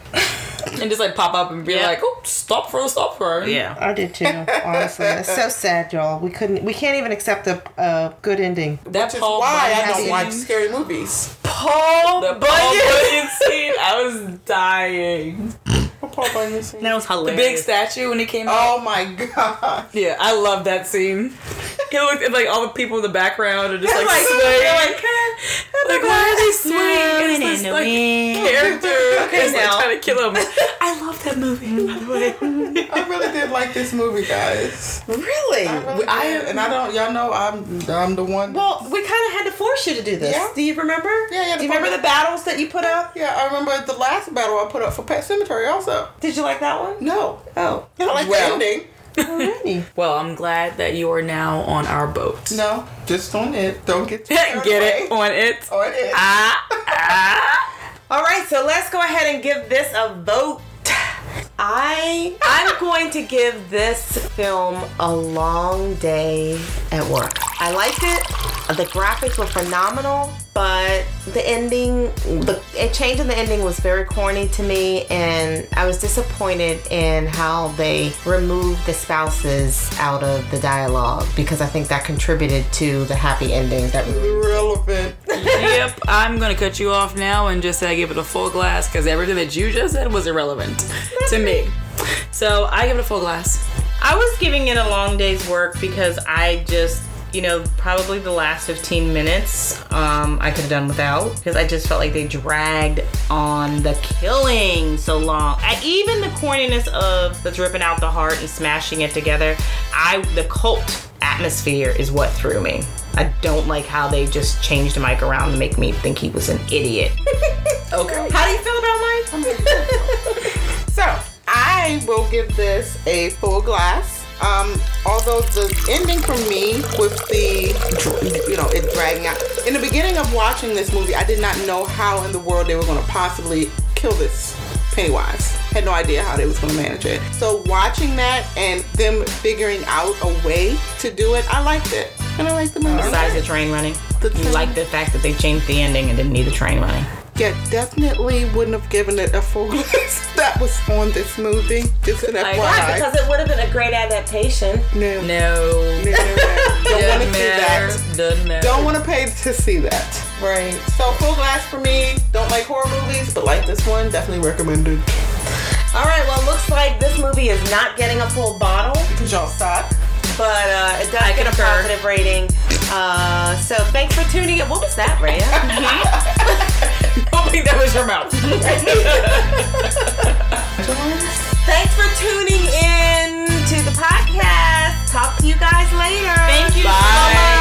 Speaker 2: and just like pop up and be
Speaker 4: Yeah.
Speaker 2: like, "Oh, stop for stop for."
Speaker 4: Yeah.
Speaker 1: I did too. Honestly, it's <laughs> so sad, y'all. We couldn't. We can't even accept a, a good ending.
Speaker 2: That
Speaker 5: which is
Speaker 2: Paul
Speaker 5: why I
Speaker 2: Bunyan
Speaker 5: don't
Speaker 2: scene-
Speaker 5: watch scary movies.
Speaker 1: Paul
Speaker 2: The Paul <laughs> Bunyan scene, I was dying.
Speaker 5: Paul Bunyan scene.
Speaker 4: That was
Speaker 2: The big
Speaker 4: hilarious.
Speaker 2: statue when he came out.
Speaker 5: Oh my god.
Speaker 2: Yeah, I love that scene. He looked at like all the people in the background are just
Speaker 1: <laughs>
Speaker 2: like,
Speaker 1: Like,
Speaker 2: swaying.
Speaker 5: <laughs>
Speaker 1: they're
Speaker 2: Like, why are they swaying? And it's this like character is like
Speaker 1: now.
Speaker 2: trying to kill him. I love that movie. By the way,
Speaker 5: I really did like this movie, guys.
Speaker 1: Really?
Speaker 5: Really
Speaker 2: I-
Speaker 5: did. and I don't. Y'all know I'm. I'm the one.
Speaker 1: Well, we kind of had to force you to do this.
Speaker 5: Yeah.
Speaker 1: Do you remember?
Speaker 5: Yeah, yeah,
Speaker 1: Do you
Speaker 5: the
Speaker 1: remember
Speaker 5: Paul-
Speaker 1: the battles that you put up?
Speaker 5: yeah, I remember the last battle I put up for Pet Cemetery. Also,
Speaker 1: Did you like that one?
Speaker 5: no,
Speaker 1: Oh,
Speaker 5: I don't like
Speaker 2: Well.
Speaker 5: the ending.
Speaker 1: already.
Speaker 2: <laughs> well, I'm glad that you are now on our boat.
Speaker 5: No, just on it. Don't <laughs> get too carried
Speaker 2: Get it
Speaker 5: away.
Speaker 2: on it.
Speaker 5: on it.
Speaker 2: Ah, ah.
Speaker 1: All right, so let's go ahead and give this a vote. I I'm going to give this film a long day at work. I liked it. The graphics were phenomenal, but the ending, the a change in the ending was very corny to me, and I was disappointed in how they removed the spouses out of the dialogue because I think that contributed to the happy ending that we
Speaker 5: Relevant.
Speaker 2: yep, I'm gonna cut you off now and just say I give it a full glass because everything that you just said was irrelevant to <laughs> me. So I give it a full glass.
Speaker 4: I was giving it a long day's work because I just, you know, probably the last 15 minutes um, I could have done without because I just felt like they dragged on the killing so long. I, even the corniness of the dripping out the heart and smashing it together, I the cult atmosphere is what threw me. I don't like how they just changed Mike around to make me think he was an
Speaker 5: <laughs>
Speaker 4: idiot.
Speaker 2: Okay.
Speaker 1: How do you feel about Mike?
Speaker 5: So I will give this a full glass. Um, although the ending for me with the, dr- you know, it dragging out. In the beginning of watching this movie, I did not know how in the world they were going to possibly kill this Pennywise. Had no idea how they was going to manage it. So watching that and them figuring out a way to do it, I liked it. And I liked the movie.
Speaker 4: Besides the train running,
Speaker 5: The
Speaker 4: you
Speaker 5: train-
Speaker 4: like the fact that they changed the ending and didn't need the train running.
Speaker 5: Yeah, definitely wouldn't have given it a full <laughs> glass that was on this movie. Just an FYI.
Speaker 1: Because it would have been a great adaptation.
Speaker 2: No.
Speaker 5: no. No, no,
Speaker 2: <laughs>
Speaker 5: no, no. Don't want to
Speaker 2: Doesn't
Speaker 5: see that.
Speaker 2: matter. Doesn't matter.
Speaker 5: Don't want to pay to see that.
Speaker 1: Right.
Speaker 5: So full glass for me. Don't like horror movies, but like this one, definitely recommended.
Speaker 1: All right. Well, looks like this movie is not getting a full bottle.
Speaker 5: Cause y'all suck.
Speaker 1: but uh, it does get a positive rating. Uh, so thanks for tuning in. What was that, <laughs> Raya?
Speaker 2: think that was your mouth.
Speaker 1: thanks for tuning in to the podcast. Talk to you guys later. Thank you.
Speaker 2: Bye.